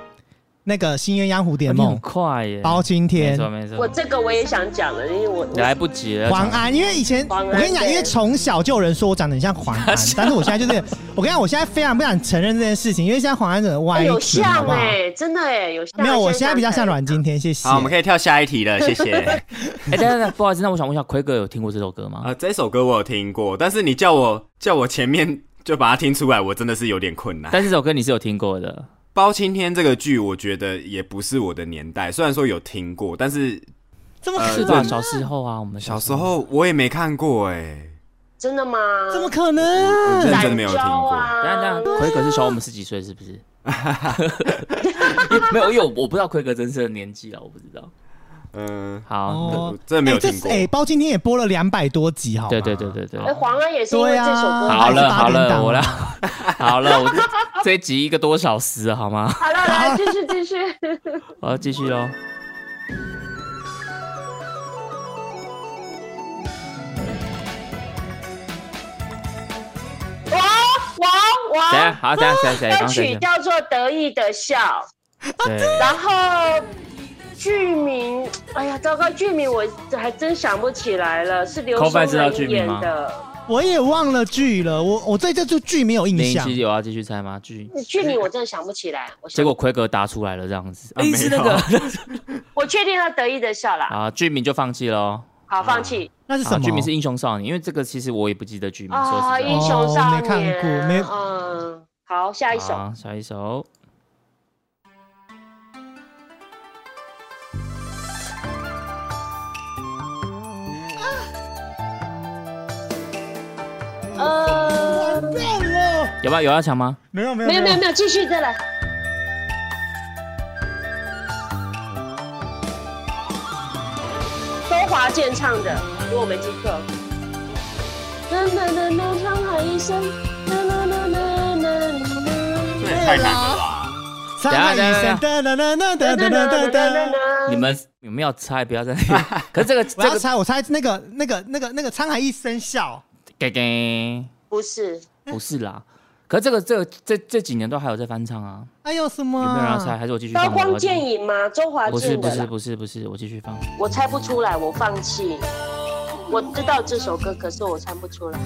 D: 那个《新鸳鸯蝴蝶
C: 你
D: 梦
C: 很》快耶，
D: 包青
C: 没
D: 天
C: 错。没错
E: 我，这个我也想讲了，因为我
C: 来不及了。
D: 黄安，因为以前
E: 黄安
D: 我跟你讲，
E: 对
D: 因为从小就有人说我长得很像黄
F: *laughs*
D: 安，
F: 啊
D: 但是我现在就是，我跟你讲，我现在非常不想承认这件事情，因为现在黄安整个
E: 哎
D: 歪
E: 有
D: 题，好
E: 像
D: 不好？
E: 哎，真的哎，有像
D: 没有，我现在比较像
E: 起来
D: 阮经天，谢谢。
F: 好，我们可以跳下一题了，谢谢。
C: 哎，等一下等一下，不好意思，那我想问一下，奎哥有听过这首歌吗？
D: 呃
F: 啊，这首歌我有听过，但是你叫我叫我前面就把它听出来，我真的是有点困难。
C: 但是这首歌你是有听过的，
F: 包青天这个剧，我觉得也不是我的年代，虽然说有听过，但是
D: 这么
F: 呃
C: 是
D: 可
C: 吧？
D: 能？
C: 小时候啊，我们
F: 小时候我也没看过哎、
E: 真的吗？
D: 怎么可能？
F: 认
E: 展
F: 真没有听
E: 昭
F: 过。
E: 啊
C: 等一下等一下，奎哥是小我们十几岁，是不是？因为 *laughs* 没有，因为我我不知道奎哥真正的年纪啊，我不知道。
F: 嗯、
C: 好，
D: 哦
F: 我真的没有
D: 哎这
F: 听过
D: 哎，包青天也播了两百多集，好吗
C: 对对对对对。
E: 哎，黄安也是因为
D: 对啊
E: 这首歌。
C: 好
D: 还是
C: 了
D: 八
C: 好
D: 点档
C: 了，
D: 啊
C: 我了，好了，我这一集一个多小时了啊好吗？
E: 好了，
D: *laughs*
E: 来继续继续。
C: 啊我要继续喽。来，好，等一下，等一下，等一下
E: 歌
C: 刚才
E: 曲
C: 讲，
E: 叫做《得意的笑
D: *laughs*
C: 对，》，
E: 然后剧名，哎呀，糟糕，剧名我还真想不起来了，是刘
C: 扣
E: 松
C: 饭知道剧
E: 仁
C: 名
E: 演
C: 吗
E: 的。
D: 我也忘了剧了，我我对这出剧没有印
C: 林
D: 象
C: 七。有要继续猜吗？继续。
E: 剧名我真的想不起来，我想
C: 结果奎格答出来了，这样子，
F: 啊
C: 哎，是那个 *laughs*
E: 我确定他得意的笑啦，
C: 啊，剧名就放弃喽。
E: 好，放弃
D: 那是
C: 啊
D: 什么？
C: 剧名是《英雄少年》，因为这个其实我也不记得剧名，说
E: 啊，
C: 实在
E: 英
C: 的。
E: 雄
D: 哦
E: 少
D: 没看
E: 年，
D: 过没
E: 嗯，好，下一首，
C: 好，下一首。
E: 呃，
C: 有吧？有要抢吗？
D: 没有没有
E: 没有没有没有，继续再来，周华健唱的，如果我没记错。啦啦啦啦，沧海一声，啦啦啦啦啦啦。
F: 这也太难了吧！
D: 沧海一声，哒哒哒哒哒哒哒哒。
C: 你们你们要猜，不要再。
E: *laughs*
C: 可是这个这
D: 我要
C: 个，
D: 猜，我猜那个那个那个那个沧海一声笑，
C: 给给，
E: 不是，
C: 不是啦。可是这个这个这这几年都还有在翻唱啊，
D: 哎呦什么
C: 有
D: 啊？
C: 没有人要猜？还是我继续
E: 刀
C: 放？
E: 光剑影吗？周华
C: 不是
E: 健
C: 不
E: 的
C: 是
E: 啦，
C: 不是不是，我继续放。
E: 我猜不出来，我放弃。我知道这首歌，可是我猜不出来。
C: 哎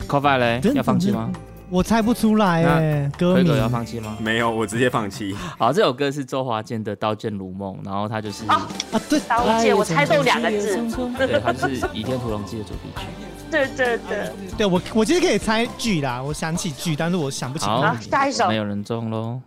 C: c o f i 嘞
D: 真，的
C: 要放弃吗？？
D: 我猜不出来哎，歌
C: 奎
D: 名
C: 格要放弃吗？
F: 没有，我直接放弃。
C: 好，这首歌是周华健的《刀剑如梦》，然后他就是，
E: 啊
D: 啊，对，
E: 刀剑，我猜中两个字。
C: 对，他就是《倚天屠龙记》的主题曲。
E: 对对
C: 哎
E: 对，
D: 对我我其实可以猜剧啦，我想起剧，但是我想不起来。
C: 好，
E: 下一首
C: 没有人中喽。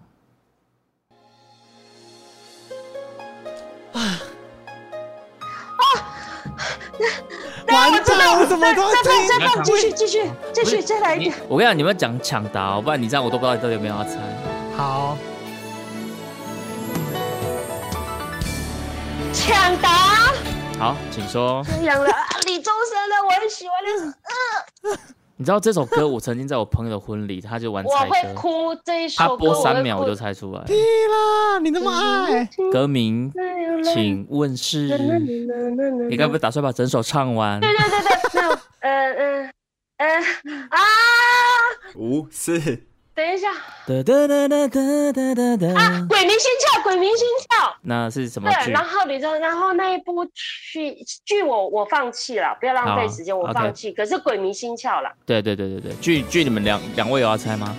D: 完
E: 我知道
D: 蛋，我怎么都
E: 再再
D: 听？
E: 再放，继续继续继续，再来一
C: 你
E: 点。
C: 我跟你讲，你们讲抢答哦，不然你这样我都不知道你到底有没有要猜。
D: 好，
E: 抢答，
C: 好，请说。
E: 养了啊李宗盛的，我很喜欢的，
C: 你知道这首歌，我曾经在我朋友的婚礼，他就玩
E: 我
C: 猜
E: 会
C: 歌，
E: 哭这一
C: 他
E: 首歌，
C: 播三秒
E: 我
C: 我就
E: 会哭。
C: 猜出来。
D: 屁啦，你那么爱，
C: 歌名，请问是？你该不会打算把整首唱完？
E: 对对对，那种呃呃呃啊，
F: 五四
E: 等一下，
C: 哒哒哒哒哒哒哒哒。
E: 鬼迷心窍，鬼迷心窍。
C: 那是什么
E: 啊对，
C: 剧？
E: 然后你知道，然后那一部剧剧我我放弃了，不要浪费
C: 好
D: 啊
E: 时间，我
C: OK
E: 放弃。可是鬼迷心窍了，
C: 对对对对对，剧剧你们两两位有要猜吗？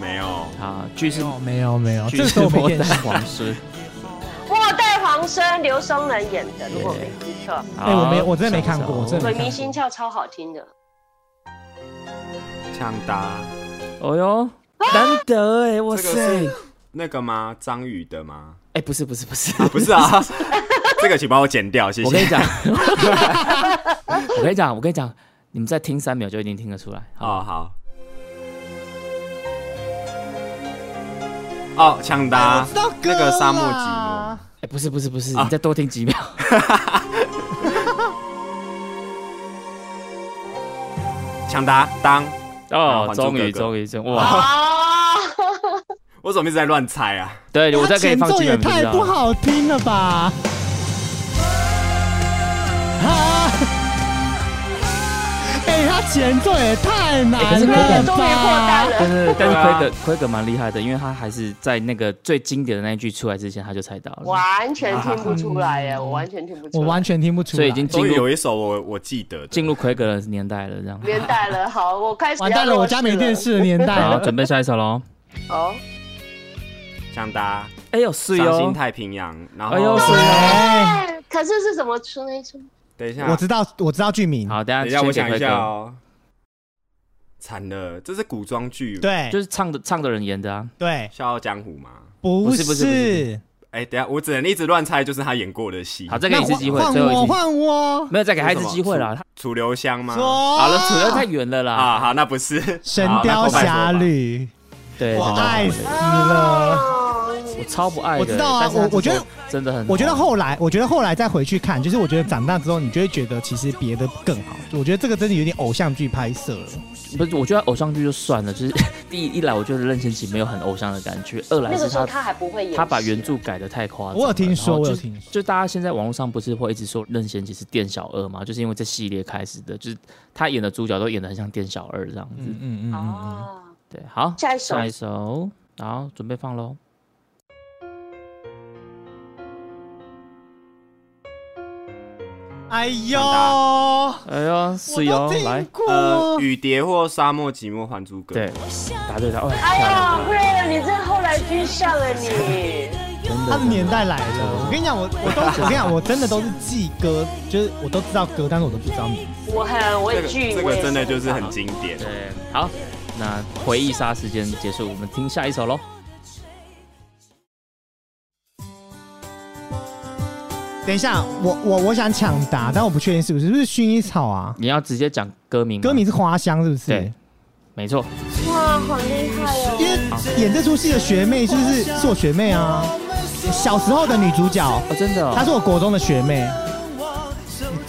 F: 没有，
C: 啊，剧是
D: 哦没有没有，
C: 剧
D: *laughs* 这
C: 是
D: 时候没
C: 末代
D: 电视。
C: 皇孙。
E: 末代皇孙刘松仁演的，如果没记错，
D: 哎我没我真的没
C: 好
D: 看过
C: 下一首
D: 真的
E: 鬼迷心窍超好听的。
F: 抢答
C: 哦
E: 啊
C: 哟，难得哎，哇
F: 这个
C: 塞
F: 是！那个吗？张宇的吗？
C: 哎，不是不是不是，
F: 不是啊，这个请帮我剪掉，谢谢。
C: 我跟你
E: *laughs*
C: 讲， *laughs* 我跟你讲，我跟你讲，你们再听三秒就一定听得出来。
F: 哦，
C: 好，
F: 好。哦，抢答
C: 啊
D: 知道歌
F: 那个沙漠寂
D: 啦
F: 寞，
C: 哎，不是不是不是，
F: 啊
C: 你再多听几秒。
F: *laughs* 抢答当，
C: 哦，
F: 啊还珠
C: 终于
F: 格格
C: 终于终于哇！
E: 啊，
F: 我怎么一直在乱猜啊？
C: 对，我再可以放
D: 它前奏
C: 几秒，
D: 也
C: 你就
D: 太
C: 知道
D: 不
C: 了。
D: 好听了吧？啊！哎，他前奏也太
C: 可
D: 难
C: 是
E: 这
C: 奎
E: 个
C: 格
D: 了
E: 终于破
D: 吧
E: 蛋！
C: 但
D: *laughs*
E: 了。
C: 是 *laughs* 但
F: 对
C: 是
F: 啊
C: 奎格奎格蛮厉害的，因为他还是在那个最经典的那一句出来之前，他就猜到了，
E: 完全听不出来耶，我完全听不出
D: 我
E: 来。
D: 完全听不出来，
C: 所以已经
F: 终
C: 进
F: 于
C: 入
F: 有一首我我记得的，
C: 进入奎格的年代了，这样。
E: 年代了，好，我开始
D: *laughs* 完蛋
E: 要
D: 了，
E: 落
D: 我
E: 实
D: 家没电。视的年
C: *laughs*
D: 代
C: 好，
D: 了。
C: 准备下一首喽。
E: 哦，
F: 抢答
C: 哎呦，是
F: 伤心
C: 哟，
F: 太平洋，然
C: 哎呦
F: 后
C: 是哟。
D: 哎，
E: 哎可是是怎么出那一出？
F: 等一下，
D: 我知道，我知道剧名，
C: 好，等
F: 等
C: 一
F: 一
C: 下
F: 下，我
C: 先
F: 想
C: 给
F: 一下
C: 奎
F: 哦。惨了，这是古装剧，，《
C: 格，
D: 对，
C: 就是唱的唱的人演的
F: 嗯
C: 啊。
D: 对，
F: 笑傲江湖》吗？
D: 不
C: 不是不是不
D: 是
C: 是。
F: 哎、等一下，我只能一直乱猜，就是他演过的戏。
C: 好，再给你一次机会，
D: 那我
C: 最后一
D: 换我
C: 次，
D: 换我，
C: 没有再给他一次
F: 是什么
C: 机会了。
F: 楚留香吗？
D: 说
C: 好了，主要太远了啦。
F: 啊，好，那不是《
D: 《神雕侠侣
C: 对，》，
D: 我
C: 真的
D: 爱死了。
E: 哦，
C: 我超不爱的。
D: 我知道啊
C: 但是他
D: 我我觉得
C: 这首真的很好，
D: 我觉得后来，我觉得后来再回去看，就是我觉得长大之后，你就会觉得其实别的更好。我觉得这个真的有点偶像剧拍摄了。
C: 不是，我觉得偶像剧就算了，就是 *laughs* 第一一来我觉得任贤齐没有很偶像的感觉，二来
E: 那个
C: 是
E: 时候
C: 他
E: 他还不会演戏，啊
C: 他把原著改的太夸张了。
D: 我有听说
C: 然后就
D: 我有听说
C: 就大家现在网络上不是会一直说任贤齐是店小二嘛，就是因为这系列开始的，就是他演的主角都演的很像店小二这样子。
D: 嗯嗯
E: 哦，
C: 对，好，
E: 下一首
C: 下一首，好，准备放喽。
D: 哎呦，
C: 哎呦，是
D: 我
C: 哟
D: 都，听
C: 来，
D: 过
F: 呃，雨蝶或沙漠寂寞还珠格格，
C: 对，答对答，哦，
E: 哎
C: 漂亮
D: 嗯
E: 呀，不然你这后来居上啊你！
D: 他的年代来了。我跟你讲，我我都我跟你讲，我真的都是记歌，就是我都知道歌，但是我都不知道名。
E: 我很
F: 这
E: 畏
F: 个
E: 惧，
F: 这
E: 我
F: 个
E: 也
F: 真的就是很经典。
C: 对，好，那回忆杀时间结束，我们听下一首喽。
D: 等一下，我我我想抢答，但我不确定是不是，是不是薰衣草啊？
C: 你要直接讲歌名吗，
D: 歌名是花香，是不是？
C: 对，没错，哦
E: 哇，好厉害哦！
D: 因为演这出戏的学妹就是是我学妹啊，小时候的女主角，
C: 哦，真的、哦，
D: 她是我国中的学妹，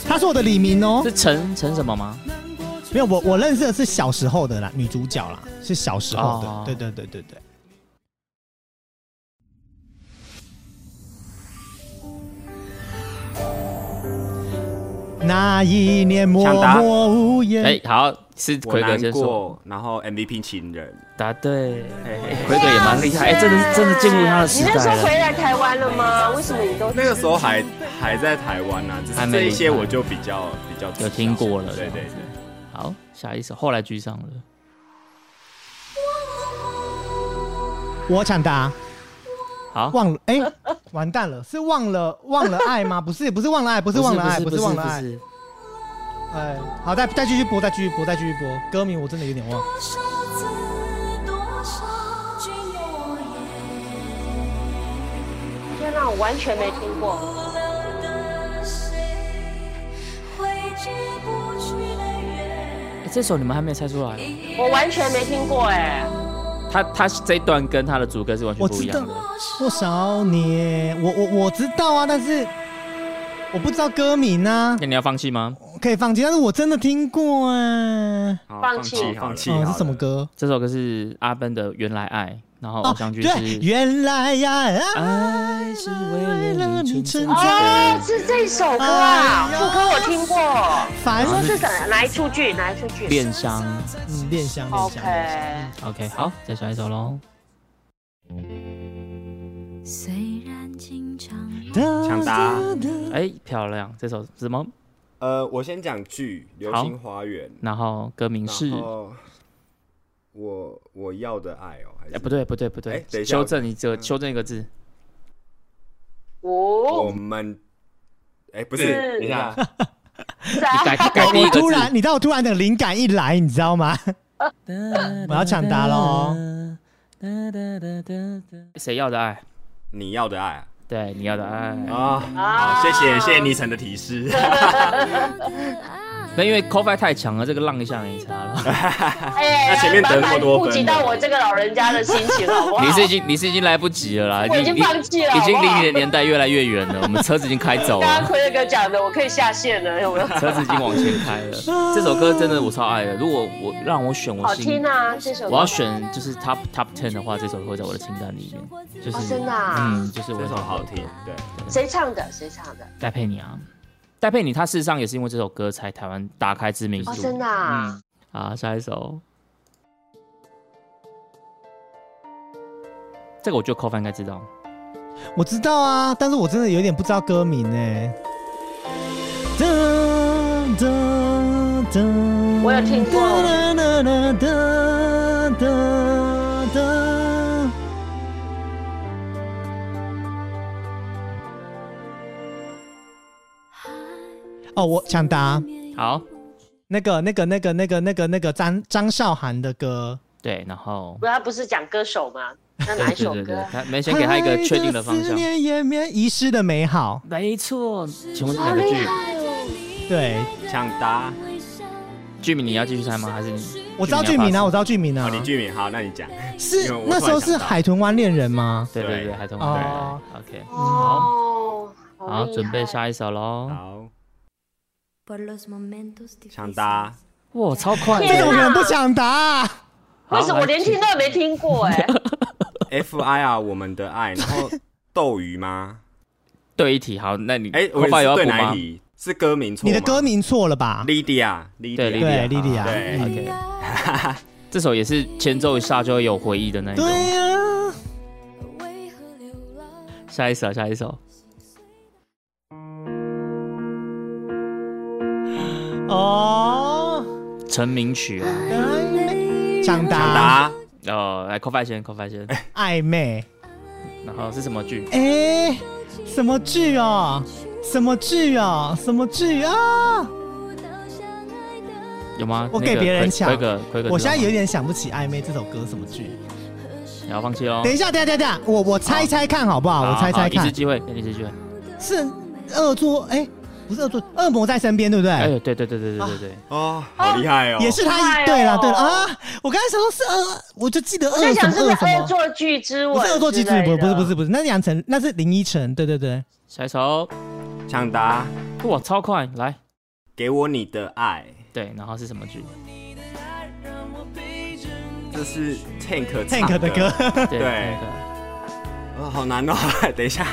D: 她是我的李明哦。
C: 是陈陈什么吗？
D: 没有，我我认识的是小时候的啦，女主角啦，是小时候的。
C: 哦
D: 对对对对对。那一年默
F: 抢答
D: 默无言。
C: 哎、好，是
F: 我
C: 奎哥
F: 难
C: 先说，
F: 过，然后 MVP 情人，
C: 答对，
F: 嘿嘿嘿
C: 奎哥也蛮厉害，哎、真的是真的进入他的时
E: 你那时
C: 代
E: 候
C: 了。
E: 回来台湾了吗？为什么你都
F: 那个时候还还在台湾呢、啊，只
C: 还
F: 是
C: 没
F: 这一些
C: 离开
F: 我就比较比较知道
C: 有听过了
F: 对对对。
C: 好，下一首，后来居上了，
D: 我抢答，
C: 好，
D: 忘了，哎、完蛋了，是忘了忘了爱吗？不 *laughs* 是，不是忘了爱，不是忘了爱，
C: 不
D: 不
C: 是
D: 是忘了爱
C: 不。是
D: 哎，好，再再继续播，再继续播，再继续播。歌名我真的有点忘。
B: 多少次，多少句诺言，
E: 天哪，我完全没听
B: 不
E: 过。
B: 能跟谁挥之不去的缘
C: 哎。这首你们还没猜出来，
E: 我完全没听过哎、
C: 他他这一段跟他的主歌是完全
D: 我
C: 不一
D: 知道
C: 样的。
D: 多少年，我我我知道啊，但是我不知道歌名啊，
C: 那哎你要放弃吗？
D: 可以放弃，但是我真的听过哎、
F: 好
E: 放
F: 放
E: 弃
F: 弃
E: 放
F: 好了，
D: 哦，
F: 好
D: 是什么
F: 了？
D: 歌？
C: 这首歌是阿奔的《原来爱》，然后偶像剧
D: 哦对，
C: 哦是啊
D: 原来呀、
C: 爱是为了你存在
E: 哦，是这首歌啊，
D: 哎呀
E: 副歌我听过。
D: 烦
E: 说
D: 死
E: 是哪哪一出剧？哪一出剧
C: 变香。
D: 嗯，恋香恋香。
E: ？OK。
C: OK，好，再下一首喽。
B: 虽然经常
F: 抢答
C: 哎，漂亮，这首什么？
F: 呃，我先讲剧《流
C: 好
F: 星花园》，
C: 然后歌名是
F: 然……后我我要的爱哦，还
C: 哎，
F: 是
C: 不对，不对，不对
F: 哎，等一下
C: 修正一嗯个，修正一个字。
F: 我
E: 五
F: 们哎不
E: 是
F: 是，等一下，
C: 你改
E: 三
C: 改第一
D: 我
C: 个
D: 突然，
C: 字。
D: 你知道我突然的灵感一来，你知道吗？ *laughs* 我要抢答哦喽！
C: *laughs* 谁要的爱？
F: 你要的爱
C: 对，你要的爱。
F: 啊，好，谢谢谢谢倪晨的提示，
C: 那因为 c o f i 太强了，这个浪一下没差了。
E: 哎，
F: 那前面得那么多
E: 麻
F: 分
E: 烦顾及到我这个老人家的心
C: *laughs*
E: 情好不好？
C: *laughs* 你是已经你是已经来不及了啦，
E: 我已经
C: 你
E: 放弃了
C: 已经
E: 好不
C: 离
E: 好
C: 你的年代越来越远了。我们车子已经开走
E: 刚
C: 了
E: 刚。 *laughs* 奎哥讲的，我可以下线了，有没有？
C: 车子已经往前开了。这首歌真的我超爱的，如果我让我选我
E: 好
C: 心
E: 听，啊，这首歌。
C: 我要选就是 top top ten 的话，这首歌会在我的清单里面。就是、
E: 哦真的啊
C: 嗯，就是我
F: 这
C: 的
F: 首好听，对，
E: 谁唱的？谁唱的？哦
C: 戴佩妮啊，戴佩妮她事实上也是因为这首歌才台湾打开知名度。
E: 哦，真的
C: 嗯
E: 啊。
C: 好，下一首。这个我觉得 c o f 应该知道，
D: 我知道啊，但是我真的有点不知道歌名哎。哒哒哒，
E: 我有听过
D: 哒哒哒哒哒哒。哦，我抢答
C: 好，
D: 那个、那个、那个、那个、那个、那个张张韶涵的歌，
C: 对，然后
E: 不，他不是讲歌手
C: *laughs*
E: 吗？那哪
C: 对
E: 一首
C: 对对
E: 歌
C: 对，？他没先给他一个确定的方
D: 爱思
C: 向，
D: 念延绵遗失的美好，
C: 没错，请问是
E: 好
C: 哪个
E: 厉
C: 剧？
E: 害哦！
D: 对，
F: 抢答，
C: 剧名你要继续猜吗？还是你？
D: 我知道剧名啊，我知道剧名啊
F: 好，。你剧名好，那你讲，
D: 是
F: 因为我
D: 那
F: 突
D: 时
F: 然
D: 候
F: 想
D: 是《
F: 到
D: 海豚湾恋人》吗？
C: 对对对，
F: 对
C: 海豚
D: 哦
C: 对 OK，好，
E: 哦，
C: 好，
E: 厉害
C: 准备。下一首喽。
F: 好，抢
B: *laughs* 抢
F: 答
B: 答，，
C: 哇，超快
D: 这
E: 天
D: 怎
C: 的！
D: 么可
E: 哪
D: 能不抢答啊？
C: 好
E: 为什么我连听都没听过？
C: *laughs*
E: 哎，
F: F I R 我们的爱，然后斗鱼
C: *laughs*
F: 吗？
C: 对一题，好，那你
F: 哎、我
C: 快
F: 是
C: 要
F: 对
C: 补
F: 哪
C: 吗
F: 一？题？是歌名错吗？
D: 你的歌名错了吧？
C: 对
F: Lydia，Lydia，对
D: 嗯
C: Lydia，
D: 对，莉莉
C: 好
D: 亚，
F: 对
C: OK，这首也是前奏一下就会有回忆的那一种。
D: 对啊呀、
C: 下一首，下一首，
D: 哦，
C: 成名曲啊，
D: 抢答
F: 答
C: 呃，来扣饭先，扣饭先，
D: 暧昧，
C: 然后是什么剧？
D: 哎、什么剧哦？什么剧哦？什么剧啊？
C: 有吗？
D: 我给别人抢
C: 那个啊奎奎哥，奎哥知道吗，
D: 我现在有点想不起《暧昧》这首歌什么剧。
C: 你要放弃喽。
D: 等一下，等一下，等一下，我我猜猜看好不好？我猜猜
C: 哦好一次
D: 看，
C: 机会，给你一次机会。
D: 是恶作哎、不是恶作，恶魔在身边对不对？
C: 哎呦，对对对
D: 啊
C: 对对对对，
F: 哦，好厉害哦！
D: 也是他
E: 哎
D: 一
E: 呦
D: 对了，对了啊！我刚才想说是恶，我就记得恶
E: 我在
D: 什
E: 想
D: 么
E: 是不
D: 恶
E: 是哎
D: 什
E: 恶
D: 么，
E: 作剧之吻
D: 不
E: 之
D: 是
E: 类
D: 恶
E: 的？
D: 作剧之吻，不是不是不是，那是杨丞，那是林依晨，对对对，
C: 下一首，
F: 抢答，
C: 哇，超快，来，
F: 给我你的爱，
C: 对，然后是什么
D: *laughs*
C: 剧？
F: 这是 Tank 唱
D: Tank 的歌， *laughs*
C: 对，
F: 对
C: 那个
F: 哦，好难哦！ *laughs* 等一下，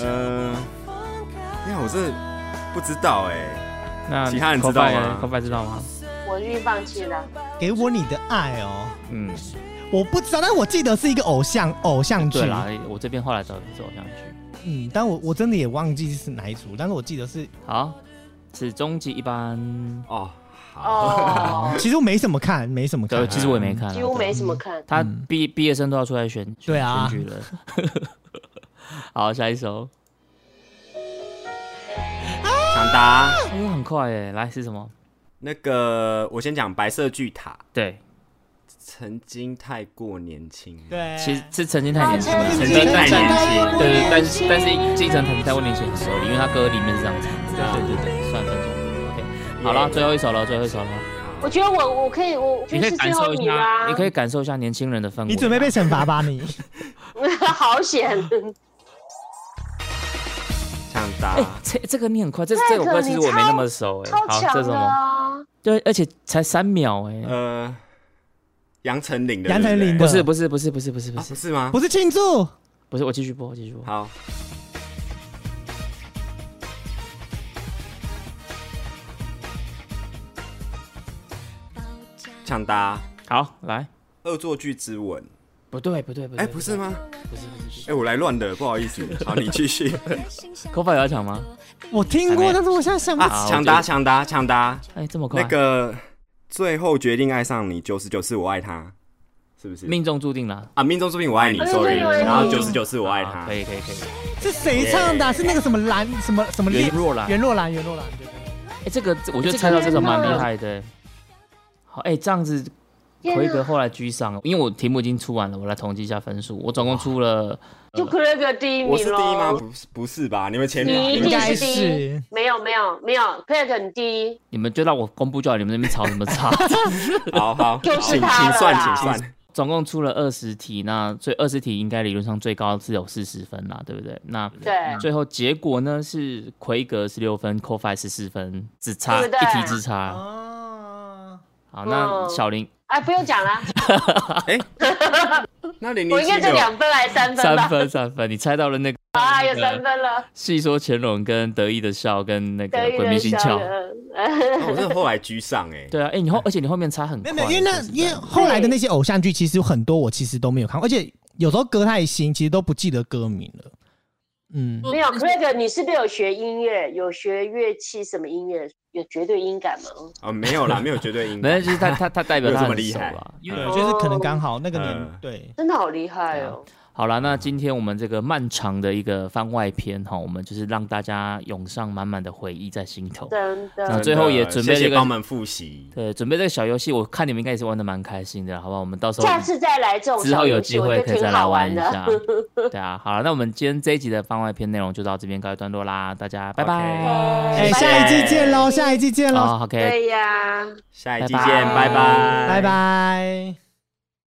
F: 呃，呀，我真的不知道哎，
C: 那
F: 其他人知道吗
C: 扣饭知道吗？
E: 我预放
C: *laughs*
E: 弃了。
D: 给我你的爱哦，
C: 嗯，
D: 我不知道，但我记得是一个偶像偶像剧
C: 对，啦，我这边后来找是偶像剧。
D: 嗯，但我我真的也忘记是哪一组，但是我记得是，
C: 好，是终极一班。
F: 哦，好， *laughs*
E: 哦，
D: 其实我没怎么看，没怎么
C: 对，
D: 看，
C: 其实我也没看啊，
E: 几乎
C: 对
E: 没什么看。
C: 他
D: 嗯
C: 毕毕业生都要出来选选
D: 对啊
C: 选举了。好，下一首，
F: 抢答，
C: 因为很快哎，来是什么？
F: 那个我先讲白色巨塔，
C: 对，
F: 曾经太过年轻，
D: 对，
C: 其实是曾经太年轻了，
F: 曾
C: 但
F: 经
C: 但
F: 太年
C: 但
F: 轻，
C: 对对，但是但是金城太过年轻很合理，因为他歌里面是这样唱的。对对对对，算分钟。OK，好了，最后一首了，最后一首了，
E: 我觉得我我可以，我我觉
C: 你
E: 得
C: 可
E: 是
C: 以感
E: 最后
C: 受一
E: 你
C: 下，
E: 啦。
C: 你可以感受一下年轻人的氛围。
D: 你准备被惩罚吧
C: *laughs*
D: 你？
E: *laughs* 好险！
F: 抢答
C: 哎，，这这个你很快，这这
E: 这
C: 首
E: 个
C: 歌其实我没那么熟哎。
E: 超
C: 好，这
E: 强
C: 什
E: 的
C: 么？
E: 啊！
C: 对，而且才三秒哎。
F: 呃，杨丞琳的，
D: 杨丞琳的
C: 不是不是不是不是不是
F: 对不对
C: 不
F: 啊
C: 是
F: 不是吗？
D: 不是庆祝，
C: 不是，我继续播，我继续播。
F: 好，抢答，
C: 好，来，
F: 恶作剧之吻，
C: 不对不对不对，
F: 哎，不是吗？
C: 不是不是，
F: 哎，我来乱的，不好意思。好，你继续
C: 口法有要抢吗？
D: 我听
C: 还
D: 过，
C: 没
D: 但是我现在想不起
F: 啊！抢答，抢答，抢答！
C: 哎，这么快，
F: 那个最后决定爱上你，九十九次我爱他，是不是？
C: 命中注定啦。
F: 啊，命中注定我爱你
E: 哎
F: ，sorry。
E: 对对对
F: 然后九十九次我爱
C: 好
F: 他
C: 啊可，以可以可以。
D: 是谁唱的啊？是那个什么蓝什么什么
C: 袁
D: 恋
C: 若兰，
D: 袁若兰，袁若兰，对对对
C: 哎，这个我就猜到这个蛮厉害的。好，哎，这样子奎
E: 天
C: 格
E: 哪，
C: 后来居上，因为我题目已经出完了，我来统计一下分数。我总共出了，
E: 就 Craig 第一名
F: 我是第一吗？
E: 咯
F: 不是，不是啊吧？你们前
E: 你一
F: 面
E: 定
D: 应该
E: 是第
D: 是
E: 一，没有没有没有，Craig 你第一，
C: 你们就让我公布就好，你们那边吵什么 *laughs* 吵？
F: 好好，
E: *laughs* 就
F: 请
E: 是
F: 请
E: 他了
F: 算，
E: 啦
C: *laughs*
F: 请算。
C: 总共出了二十题，那所以二十题应该理论上最高是有四十分啦，对不对？那
E: 对
C: 最后结果呢是奎格十六分 c o f i 十四分，只差
E: 对
C: 一
E: 不对
C: 题之差。
D: 哦，
C: 好，那
E: 嗯
C: 小林
E: 哎，不用讲
F: *laughs*
E: 了，
F: 那零零
E: 我应该
F: 七
E: 是
F: 六，
E: 两分还是 *laughs* 三分
C: 三
E: 吧？
C: 分三分，你猜到了那个
E: 啊，
C: 那
E: 有
C: 个
E: 三分了，
C: 戏说乾隆跟得意的笑跟那
E: 得
C: 个
E: 意
C: 鬼迷
E: 的
C: 心
E: 笑呃
C: 窍。
E: 人。
F: 哦我真的后来居上哎。
C: *laughs* 对啊，哎、你后而且你后面猜很快，
D: 没有没有，因为那
C: 说实在
D: 因为后来的那些偶像剧，其实有很多我其实都没有看过，而且有时候歌太新，其实都不记得歌名了。嗯，
E: 没有 Craig，你是不是有学音乐？有学乐器什么音乐？有绝对音感吗？
F: 哦，没有啦，没有绝对赢。
C: *laughs* 没有就是他他他代表
F: 没有
C: 他
F: 这么
C: 很
F: 厉
C: 熟
F: 害
C: 啦。
D: 因为我觉得是可能刚好那个
F: 嗯
D: 年对，
E: 真的好厉害哦！
C: 好了，那今天我们这个漫长的一个番外篇哈，我们就是让大家涌上满满的回忆在心头。
E: 真
C: 那
E: 的，
C: 最后也准备了一个
F: 谢谢帮忙复习。
C: 对，准备这个小游戏，我看你们应该也是玩的蛮开心的，好不好？我们到时候
E: 下次再来这种
C: 之后
E: 小
C: 有
E: 游戏
C: 机
E: 我
C: 会
E: 觉得
C: 可以
E: 挺
C: 再来
E: 好
C: 玩
E: 玩
C: 一
E: 的。 *laughs*
C: 下。对啊，好了，那我们今天这一集的番外篇内容就到这边告一段落啦，大家拜拜。
D: 哎，下一季
C: 哦
D: 见喽，下一季见喽，
C: 好，OK，
E: 对呀。
F: 下一季
C: 拜拜
F: 见，拜拜，
D: 拜。拜。